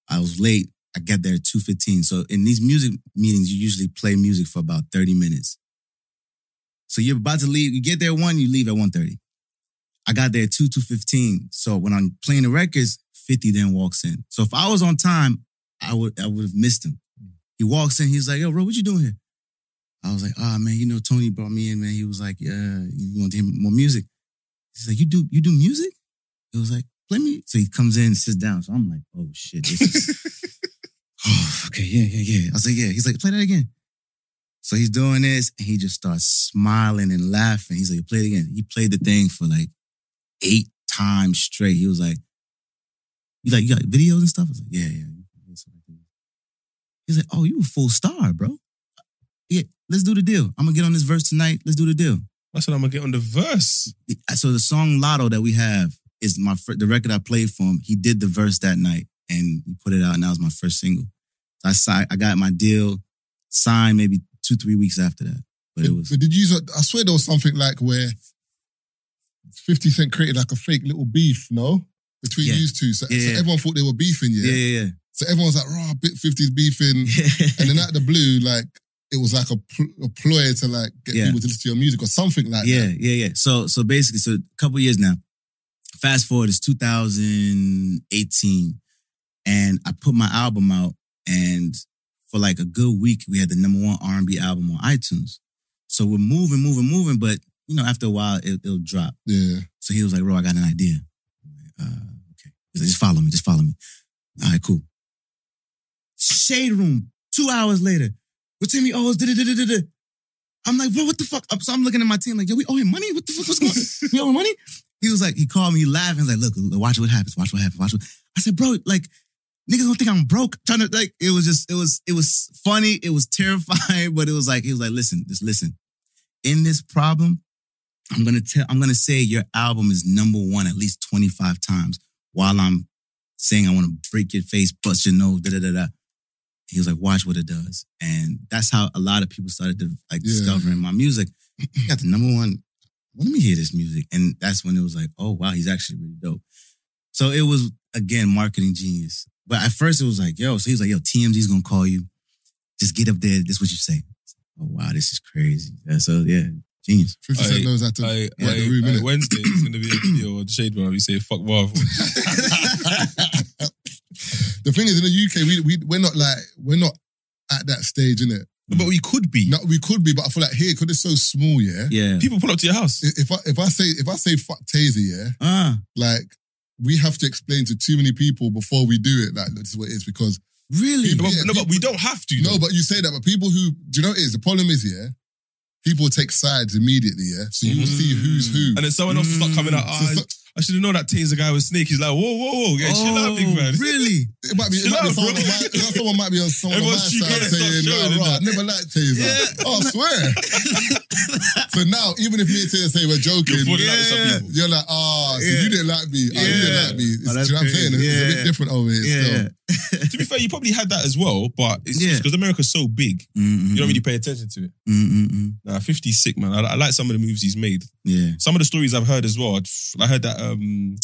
Speaker 6: I was late. I got there at two fifteen. So in these music meetings, you usually play music for about thirty minutes. So you're about to leave. You get there at one, you leave at one thirty. I got there at two two fifteen. So when I'm playing the records, fifty then walks in. So if I was on time, I would I would have missed him. He walks in. He's like, "Yo, bro, what you doing here?" I was like, oh man, you know, Tony brought me in, man. He was like, yeah, you want to hear more music? He's like, you do, you do music? He was like, play me. So he comes in and sits down. So I'm like, oh shit, this is, oh, okay, yeah, yeah, yeah. I was like, yeah. He's like, play that again. So he's doing this and he just starts smiling and laughing. He's like, play it again. He played the thing for like eight times straight. He was like, you like, you got videos and stuff? I was like, yeah, yeah. He's like, oh, you a full star, bro yeah, let's do the deal. I'm gonna get on this verse tonight. Let's do the deal.
Speaker 5: That's what I'm gonna get on the verse.
Speaker 6: So the song Lotto that we have is my fir- the record I played for him. He did the verse that night and he put it out, and that was my first single. So I si- I got my deal signed maybe two three weeks after that, but it
Speaker 4: Did-
Speaker 6: was
Speaker 4: but did you use a, I swear there was something like where 50 Cent created like a fake little beef, no? Between
Speaker 6: Yeah.
Speaker 4: these two. So, so
Speaker 6: Yeah, yeah.
Speaker 4: everyone thought they were beefing, yeah?
Speaker 6: yeah yeah
Speaker 4: So everyone's like, rah, bit 50's beefing.
Speaker 6: yeah.
Speaker 4: and then out of the blue, like, it was like a, pl- a ploy to like get
Speaker 6: Yeah.
Speaker 4: people to listen to your music or something like
Speaker 6: yeah,
Speaker 4: that.
Speaker 6: yeah, yeah. So so basically, so a couple years now. Fast forward it's 2018, and I put my album out, and for like a good week, we had the number one R&B album on iTunes. So we're moving, moving, moving, but you know, after a while, it, it'll drop.
Speaker 4: Yeah.
Speaker 6: So he was like, "Bro, I got an idea." I'm like, Uh, okay, He's like, just follow me. Just follow me. All right, cool. Shade room. Two hours later, with Timmy Owens. da da da da da. I'm like, bro, what the fuck? I'm- So I'm looking at my team like, yo, we owe him money. What the fuck? What's going? on? we owe him money. He was like, he called me, he laughing. He's like, look, look, watch what happens. Watch what happens. Watch. What... I said, bro, like. Niggas don't think I'm broke. Trying to like, it was just, it was, it was funny. It was terrifying, but it was like, he was like, listen, just listen. In this problem, I'm gonna tell I'm gonna say your album is number one at least 25 times while I'm saying I wanna break your face, bust your nose, da da da da. He was like, watch what it does. And that's how a lot of people started to like
Speaker 4: Yeah.
Speaker 6: discovering my music. I got the number one. Let me hear this music. And that's when it was like, oh wow, he's actually really dope. So it was again marketing genius. But at first it was like, yo, so he was like, yo, TMZ's gonna call you. Just get up there. This is what you say. Oh wow, this is crazy. Yeah, so yeah, genius.
Speaker 4: 50 Cent
Speaker 5: I-
Speaker 4: knows how to
Speaker 5: I,
Speaker 4: work
Speaker 5: I-
Speaker 4: the room,
Speaker 5: I-
Speaker 4: innit?
Speaker 5: Wednesday it's gonna be a video on the shade room. You say fuck Marv.
Speaker 4: the thing is, in the UK, we, we, we're not like, we're not at that stage, innit?
Speaker 5: but we could be.
Speaker 4: No, we could be, but I feel like here, because it's so small, yeah?
Speaker 6: Yeah.
Speaker 5: People pull up to your house.
Speaker 4: I- If I, if I say, if I say fuck Taser, yeah?
Speaker 6: Ah,
Speaker 4: like we have to explain to too many people before we do it. Like this is what it is because
Speaker 6: really?
Speaker 5: No, but,
Speaker 4: Yeah,
Speaker 5: no, but we don't have to.
Speaker 4: no,
Speaker 5: though.
Speaker 4: but you say that, but people who do you know what it is the problem is yeah, people take sides immediately yeah, so you will see who's who.
Speaker 5: and then someone else will start coming
Speaker 4: So
Speaker 5: out. "Ah,
Speaker 4: so-
Speaker 5: I should have known that taser guy was snake. He's like, whoa, whoa, whoa, yeah, chill
Speaker 4: Oh,
Speaker 5: out, big man.
Speaker 6: Really?
Speaker 4: It might be, it
Speaker 5: Chill
Speaker 4: might be someone,
Speaker 5: out, bro.
Speaker 4: on my, someone might be on someone on my
Speaker 5: Everyone's cheeky,
Speaker 4: side
Speaker 5: stop
Speaker 4: saying,
Speaker 5: showing
Speaker 4: nah,
Speaker 5: him
Speaker 4: right,
Speaker 5: that."
Speaker 4: never liked Taser. Oh, I swear. so now, even if me and Taser say we're joking,
Speaker 5: You're full of
Speaker 4: yeah,
Speaker 5: like some
Speaker 4: yeah.
Speaker 5: people.
Speaker 4: you're like, ah, so
Speaker 6: Yeah.
Speaker 4: you didn't like me. Ah, you didn't
Speaker 6: Yeah.
Speaker 4: like me. It's,
Speaker 6: Oh,
Speaker 4: do you know what
Speaker 6: that's
Speaker 4: I'm saying? It's, it's
Speaker 6: crazy.
Speaker 4: a
Speaker 6: Yeah.
Speaker 4: bit different over here
Speaker 6: Yeah.
Speaker 4: still.
Speaker 5: to be fair, you probably had that as well, but it's
Speaker 6: Yeah.
Speaker 5: just because America's so big, you
Speaker 6: Mm-mm.
Speaker 4: Mm-hmm.
Speaker 5: don't really pay attention to it.
Speaker 6: Mm-mm-mm.
Speaker 5: Nah, 50's sick, man. I, I like some of the moves he's made.
Speaker 6: mm-hmm. Yeah.
Speaker 5: Some of the stories I've heard as well. I'd- I heard that um,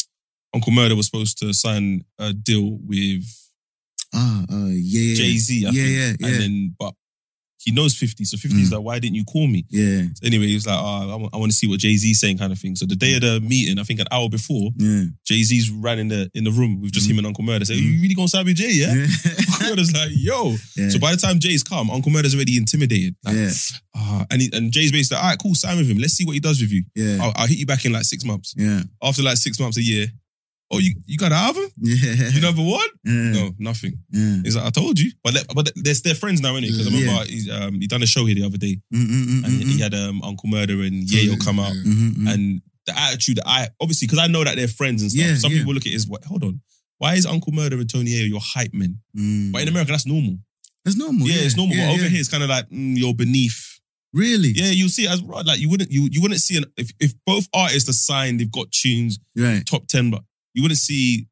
Speaker 5: Uncle Murder was supposed to sign a deal with
Speaker 6: Ah, uh, yeah.
Speaker 5: Jay Z.
Speaker 6: Yeah, yeah, yeah. Mm.
Speaker 5: And then, but he knows 50, so 50's like, why didn't you call me?
Speaker 6: Yeah.
Speaker 5: So anyway, he was like, oh, I want to see what Jay Z's saying, kind of thing. So the day of the meeting, I think an hour before,
Speaker 6: Yeah.
Speaker 5: Jay Z's ran in the in the room with just him and Uncle Murder. Said,
Speaker 6: Mhm.
Speaker 5: "You really gonna side with Jay? Yeah." Uncle
Speaker 6: Yeah.
Speaker 5: Murder's like, "Yo."
Speaker 6: Yeah.
Speaker 5: So by the time Jay's come, Uncle Murder's already intimidated. Like,
Speaker 6: Yeah.
Speaker 5: "Ah," and he, and Jay's basically, like, "All right, cool, sign with him. Let's see what he does with you.
Speaker 6: Yeah.
Speaker 5: I'll, I'll hit you back in like six months.
Speaker 6: Yeah.
Speaker 5: After like six months, a year. Oh, you you got an album?
Speaker 6: Yeah.
Speaker 5: You number one?
Speaker 6: Yeah.
Speaker 5: No, nothing.
Speaker 6: Yeah.
Speaker 5: He's like, I told you. But they- but they're, they're friends now, innit? Because I remember
Speaker 6: Yeah. Mm-hmm.
Speaker 5: he's, um, he done a show here the other day,
Speaker 6: Mm-mm-mm-mm.
Speaker 5: and he had um, Uncle Murder and
Speaker 4: So,
Speaker 5: Yayo come out,
Speaker 4: yeah.
Speaker 6: Mm-mm-mm.
Speaker 5: and the attitude that I obviously because I know that they're friends and stuff.
Speaker 6: Yeah,
Speaker 5: Some
Speaker 6: yeah.
Speaker 5: people look at it as what? Hold on, why is Uncle Murder and Tony Yayo your hype men?
Speaker 6: Mm.
Speaker 5: But in America, that's normal.
Speaker 6: It's normal.
Speaker 5: Yeah,
Speaker 6: Yeah,
Speaker 5: it's normal.
Speaker 6: Yeah,
Speaker 5: but over
Speaker 6: yeah.
Speaker 5: here, it's kind of like mm, you're beneath.
Speaker 6: really,
Speaker 5: Yeah, you see it as right. Like you wouldn't you you wouldn't see an if if both artists are signed, they've got tunes
Speaker 6: right?
Speaker 5: top ten, but you wouldn't see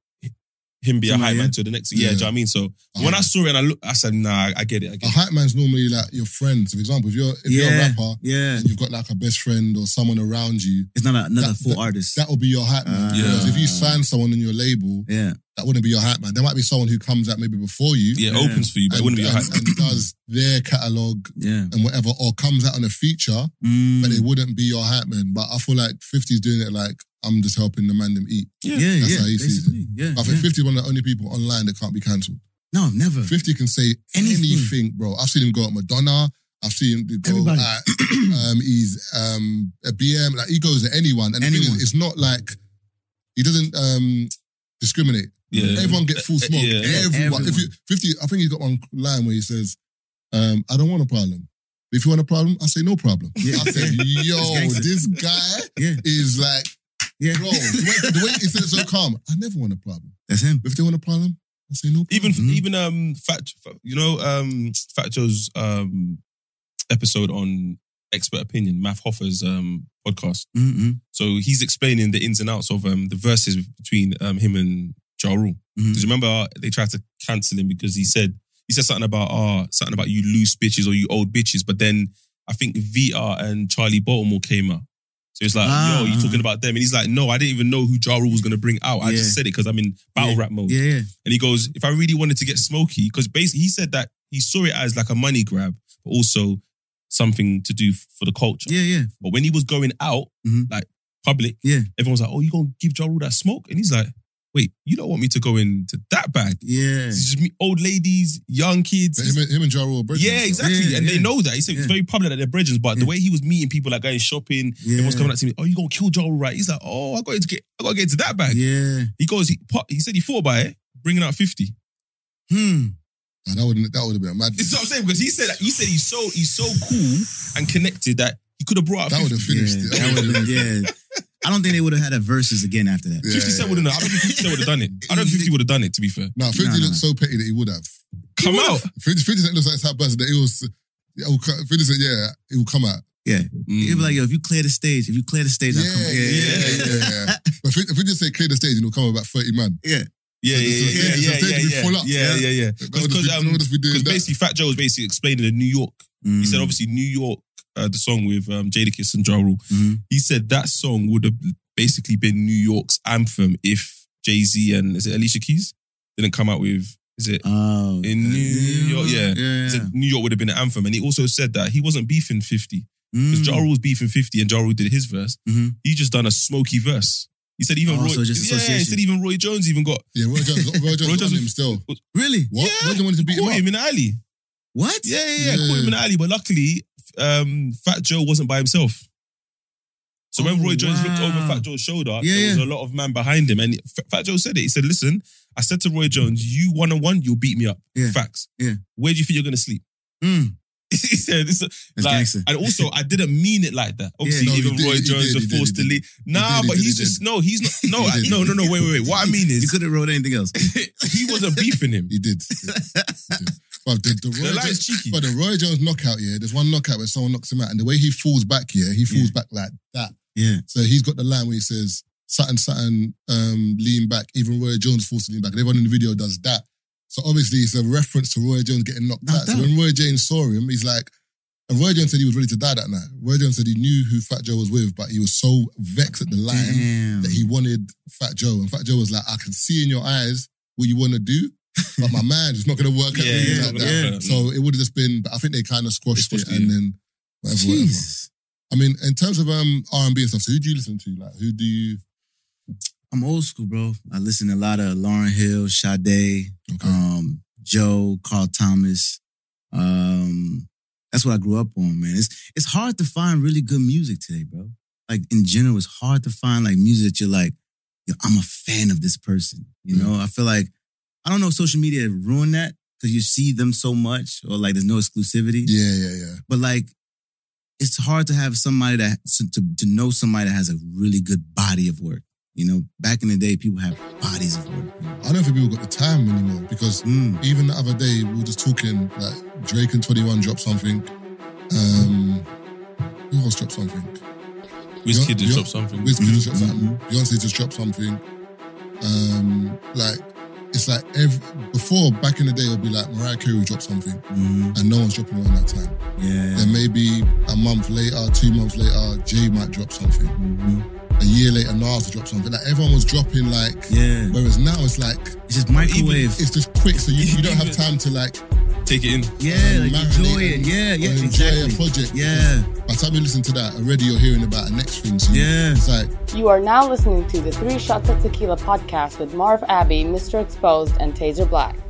Speaker 5: him be a
Speaker 6: Somebody,
Speaker 5: hype man
Speaker 6: yeah.
Speaker 5: to the next. Yeah, do you
Speaker 4: Yeah.
Speaker 5: know what I mean? So
Speaker 4: Uh-huh.
Speaker 5: when I saw it and I looked, I said, Nah, I get it. I
Speaker 4: A
Speaker 5: get it.
Speaker 4: hype man's normally like your friend. For example, if you're, if you're a
Speaker 6: Yeah.
Speaker 4: rapper,
Speaker 6: Yeah,
Speaker 4: and you've got like a best friend or someone around you,
Speaker 6: it's not another
Speaker 4: That-
Speaker 6: full artist.
Speaker 4: that will be your hype man.
Speaker 5: Uh,
Speaker 6: Ah.
Speaker 4: Whereas if you
Speaker 6: Yeah.
Speaker 4: sign someone in your label,
Speaker 6: yeah,
Speaker 4: that wouldn't be your hype man. There might be someone who comes out maybe before you.
Speaker 5: Yeah, it
Speaker 6: Yeah.
Speaker 5: opens for you, but
Speaker 4: and,
Speaker 5: it wouldn't be a
Speaker 4: and,
Speaker 5: hype man.
Speaker 4: and does their catalog
Speaker 6: yeah.
Speaker 4: and whatever, or comes out on a feature,
Speaker 6: Mm.
Speaker 4: but it wouldn't be your hype man. But I feel like 50's doing it like I'm just helping the man them eat.
Speaker 6: yeah,
Speaker 5: Yeah.
Speaker 6: yeah,
Speaker 4: That's how he sees it.
Speaker 6: basically, yeah.
Speaker 4: I think
Speaker 6: yeah.
Speaker 4: 50's one of the only people online that can't be cancelled.
Speaker 6: No, never.
Speaker 4: 50 can say anything,
Speaker 6: Anything.
Speaker 4: bro. I've seen him go at Madonna. I've seen him go
Speaker 6: Everybody.
Speaker 4: at um, he's um, a BM. Like he goes at anyone, and the thing is,
Speaker 6: Anyone.
Speaker 4: it's not like he doesn't um, discriminate.
Speaker 5: Yeah.
Speaker 4: Everyone gets full smoke.
Speaker 5: Yeah.
Speaker 4: Everyone. If you, 50, I think he's got one line where he says, um, I don't want a problem. If you want a problem, I say no problem.
Speaker 6: Yeah.
Speaker 4: I said, yo,
Speaker 6: gangster.
Speaker 4: this guy
Speaker 6: Yeah,
Speaker 4: is like,
Speaker 6: yeah.
Speaker 4: bro, the way, the way he said it so calm, I never want a problem.
Speaker 6: That's him.
Speaker 4: If they want a problem, I say no problem.
Speaker 5: Even
Speaker 6: Mhm.
Speaker 5: even um Fat you know um Fat Joe's um episode on expert opinion, Math Hoffer's um podcast.
Speaker 6: Mm-mm.
Speaker 5: So he's explaining the ins and outs of um the verses between um him and Ja Rule.
Speaker 6: Mhm.
Speaker 5: Because remember uh, they tried to cancel him because he said he said something about ah something about you loose bitches or you old bitches, but then I think VR and Charlie Baltimore came out. So it's like,
Speaker 6: Ah.
Speaker 5: yo, you talking about them? And he's like, no, I didn't even know who Ja Rule was going to bring out. I
Speaker 6: Yeah.
Speaker 5: just said it because I'm in battle rap mode.
Speaker 6: Yeah, yeah.
Speaker 5: And he goes, if I really wanted to get smoky, because basically he said that he saw it as like a money grab, but also something to do f- for the culture.
Speaker 6: Yeah, yeah.
Speaker 5: But when he was going out,
Speaker 6: Mhm.
Speaker 5: like public,
Speaker 6: Yeah.
Speaker 5: everyone was like, oh, you going to give Ja Rule that smoke? And he's like, wait, you don't want me to go into that bag.
Speaker 6: Yeah.
Speaker 5: It's just me, old ladies, young kids.
Speaker 4: Him and, him and Ja Rule are brethren,
Speaker 5: yeah,
Speaker 4: bro.
Speaker 5: exactly.
Speaker 6: Yeah,
Speaker 5: and they
Speaker 6: yeah.
Speaker 5: know that. He said it's
Speaker 6: Yeah.
Speaker 5: very public that they're bridges, but the
Speaker 6: Yeah.
Speaker 5: way he was meeting people like going shopping,
Speaker 6: Yeah.
Speaker 5: everyone's coming up to me, oh, you going to kill Ja Rule, right? He's like, oh, I got to get, I got to get into that bag.
Speaker 6: Yeah.
Speaker 5: He goes, he, he said he thought about it, bringing out 50.
Speaker 6: Hmm.
Speaker 4: Nah, that would that would have been a mad.
Speaker 5: This is what I'm saying because he said he said he's so he's so cool and connected that he could have brought up
Speaker 4: That would
Speaker 5: 50,
Speaker 4: have finished
Speaker 6: yeah.
Speaker 4: it.
Speaker 6: That would've been- yeah. I don't think they would have had a verses again after that.
Speaker 4: Yeah,
Speaker 5: 50 Cent
Speaker 4: yeah.
Speaker 5: wouldn't have. I don't think 50 Cent would have done it. I don't think 50 would have done it. To be fair,
Speaker 4: Nah, 50
Speaker 6: Nah, nah,
Speaker 4: looks so petty that he would have.
Speaker 5: come out.
Speaker 4: 50, 50 Cent looks like that person that it was. It will, co- 50 Cent, yeah, it will come out.
Speaker 6: You'd be like, yo, if you clear the stage, if you clear the stage,
Speaker 4: Yeah,
Speaker 6: I'll come.
Speaker 4: yeah, yeah, yeah. But 50, 50 Cent clear the stage and it'll come about 30 man.
Speaker 5: yeah, yeah, yeah, yeah,
Speaker 4: So
Speaker 5: yeah,
Speaker 4: they would
Speaker 5: yeah,
Speaker 4: full up, yeah.
Speaker 5: yeah, yeah, yeah.
Speaker 4: That
Speaker 5: Because
Speaker 4: would have been-
Speaker 5: um,
Speaker 4: that would have been doing
Speaker 5: because
Speaker 4: that.
Speaker 5: basically Fat Joe was basically explaining in New York. He
Speaker 6: Mm.
Speaker 5: said "Oh, obviously New York, uh, the song with um, Jadakiss and Ja Rule.
Speaker 6: Mhm.
Speaker 5: He said that song would have basically been New York's anthem if Jay Z and is it Alicia Keys didn't come out with is it
Speaker 6: Oh.
Speaker 5: In New York, yeah.
Speaker 6: Yeah.
Speaker 5: He said New York would have been an anthem. And he also said that he wasn't beefing 50. Because
Speaker 6: Mm.
Speaker 5: Ja Rule's beefing 50 and Ja Rule did his verse.
Speaker 6: Mhm.
Speaker 5: He just done a smoky verse. He said even
Speaker 6: Oh,
Speaker 5: Roy,
Speaker 6: so just
Speaker 5: yeah, he
Speaker 6: association.
Speaker 5: said even Roy Jones even got
Speaker 4: Yeah, Roy Jones, Roy Jones,
Speaker 5: Roy
Speaker 4: was
Speaker 5: Jones
Speaker 4: on
Speaker 5: was-
Speaker 4: him still.
Speaker 6: Really?
Speaker 4: What?
Speaker 5: Yeah.
Speaker 4: Roy Jones wanted to beat him
Speaker 5: caught
Speaker 4: up.
Speaker 5: him in the alley.
Speaker 6: What? Mm.
Speaker 5: Yeah, yeah, yeah,
Speaker 4: Yeah.
Speaker 5: caught him in the alley. But luckily, um, Fat Joe wasn't by himself. So when
Speaker 6: Oh,
Speaker 5: Roy Jones looked
Speaker 6: wow.
Speaker 5: over Fat Joe's shoulder,
Speaker 6: Yeah,
Speaker 5: there was
Speaker 6: yeah.
Speaker 5: a lot of man behind him. And F- Fat Joe said it. He said, listen, I said to Roy Jones, you one on one, you'll beat me up.
Speaker 6: Yeah.
Speaker 5: Facts.
Speaker 6: Yeah.
Speaker 5: Where do you think you're going to sleep?
Speaker 6: Mm.
Speaker 5: he said, it's a-
Speaker 6: That's
Speaker 5: like,
Speaker 6: gangster.
Speaker 5: and also I didn't mean it like that. Obviously,
Speaker 4: no, he
Speaker 5: even
Speaker 4: did,
Speaker 5: Roy
Speaker 4: he did,
Speaker 5: Jones
Speaker 4: he
Speaker 5: was
Speaker 4: did, he
Speaker 5: forced to
Speaker 4: did.
Speaker 5: leave. Nah,
Speaker 4: did, he
Speaker 5: but
Speaker 4: did,
Speaker 5: he's
Speaker 4: he
Speaker 5: just
Speaker 4: did.
Speaker 5: no, he's not. No,
Speaker 4: He
Speaker 5: I-
Speaker 4: did,
Speaker 5: no,
Speaker 4: he
Speaker 5: no, no. Wait, wait, wait. What I mean
Speaker 6: You
Speaker 5: is
Speaker 6: could have wrote anything else.
Speaker 5: he wasn't beefing him.
Speaker 4: He did. He did. He did. But the, the,
Speaker 5: The
Speaker 4: Roy
Speaker 5: line's
Speaker 4: Jones,
Speaker 5: cheeky.
Speaker 4: but the Roy Jones knockout, yeah, there's one knockout where someone knocks him out, and the way he falls back, yeah, he falls back like that.
Speaker 6: Yeah.
Speaker 4: So he's got the line where he says, Saturn, Saturn, um, lean back. Even Roy Jones forced to lean back. And everyone in the video does that. So obviously it's a reference to Roy Jones getting knocked
Speaker 6: Knocked
Speaker 4: out. So
Speaker 6: out.
Speaker 4: when Roy Jones saw him, he's like, and Roy Jones said he was ready to die that night. Roy Jones said he knew who Fat Joe was with, but he was so vexed at the line
Speaker 6: Mm-hmm. Damn.
Speaker 4: that he wanted Fat Joe. And Fat Joe was like, I can see in your eyes what you want to do, but my mind is not going to work out
Speaker 5: Yeah,
Speaker 4: things
Speaker 5: yeah,
Speaker 4: like
Speaker 5: yeah.
Speaker 4: that. So it would have just been, but I think they kind of squashed,
Speaker 5: They squashed
Speaker 4: it,
Speaker 5: it,
Speaker 4: and
Speaker 5: yeah.
Speaker 4: then whatever, whatever.
Speaker 6: Jeez.
Speaker 4: I mean, in terms of um R&B and stuff, so who do you listen to? Like, who do you...
Speaker 6: I'm old school, bro. I listen to a lot of Lauren Hill, Sade,
Speaker 4: Okay.
Speaker 6: um, Joe, Carl Thomas. Um, that's what I grew up on, man. It's it's hard to find really good music today, bro. Like in general, it's hard to find like music that you're like, Yo, I'm a fan of this person. You know, I feel like I don't know if social media ruined that because you see them so much, or like there's no exclusivity.
Speaker 4: yeah, yeah, yeah.
Speaker 6: But like, it's hard to have somebody that to to know somebody that has a really good body of work. You know, back in the day, people have bodies of work.
Speaker 4: I don't think people got the time anymore because
Speaker 6: Mm.
Speaker 4: even the other day we were just talking like Drake and 21 dropped something. Um, who else dropped something?
Speaker 5: Whiskey
Speaker 4: Yeah,
Speaker 5: just dropped something. Mm-hmm.
Speaker 4: Wiz Khalifa
Speaker 6: Mhm,
Speaker 4: dropped something. Beyonce just dropped something. Um, like it's like every before back in the day, it'll be like Mariah Carey dropped something,
Speaker 6: Mm.
Speaker 4: and no one's dropping around that time.
Speaker 6: Yeah.
Speaker 4: Then maybe a month later, two months later, Jay might drop something.
Speaker 6: Mhm.
Speaker 4: A year later, Nas will drop something. Like everyone was dropping like.
Speaker 6: Yeah.
Speaker 4: Whereas now it's like
Speaker 6: It's just microwave.
Speaker 4: it's just quick, so you, you don't have
Speaker 5: Even-
Speaker 4: time to like
Speaker 5: Take it in.
Speaker 6: yeah,
Speaker 4: and
Speaker 6: like
Speaker 4: marinate
Speaker 6: enjoy it.
Speaker 4: and-
Speaker 6: Yeah,
Speaker 4: or
Speaker 6: yeah,
Speaker 4: enjoy a
Speaker 6: exactly.
Speaker 4: project.
Speaker 6: Yeah,
Speaker 4: By the time you listen to that, already you're hearing about the next thing. So you-
Speaker 6: Yeah.
Speaker 4: It's like
Speaker 8: You are now listening to the Three Shots of Tequila podcast with Marv Abbey, Mr. Exposed, and Taser Black.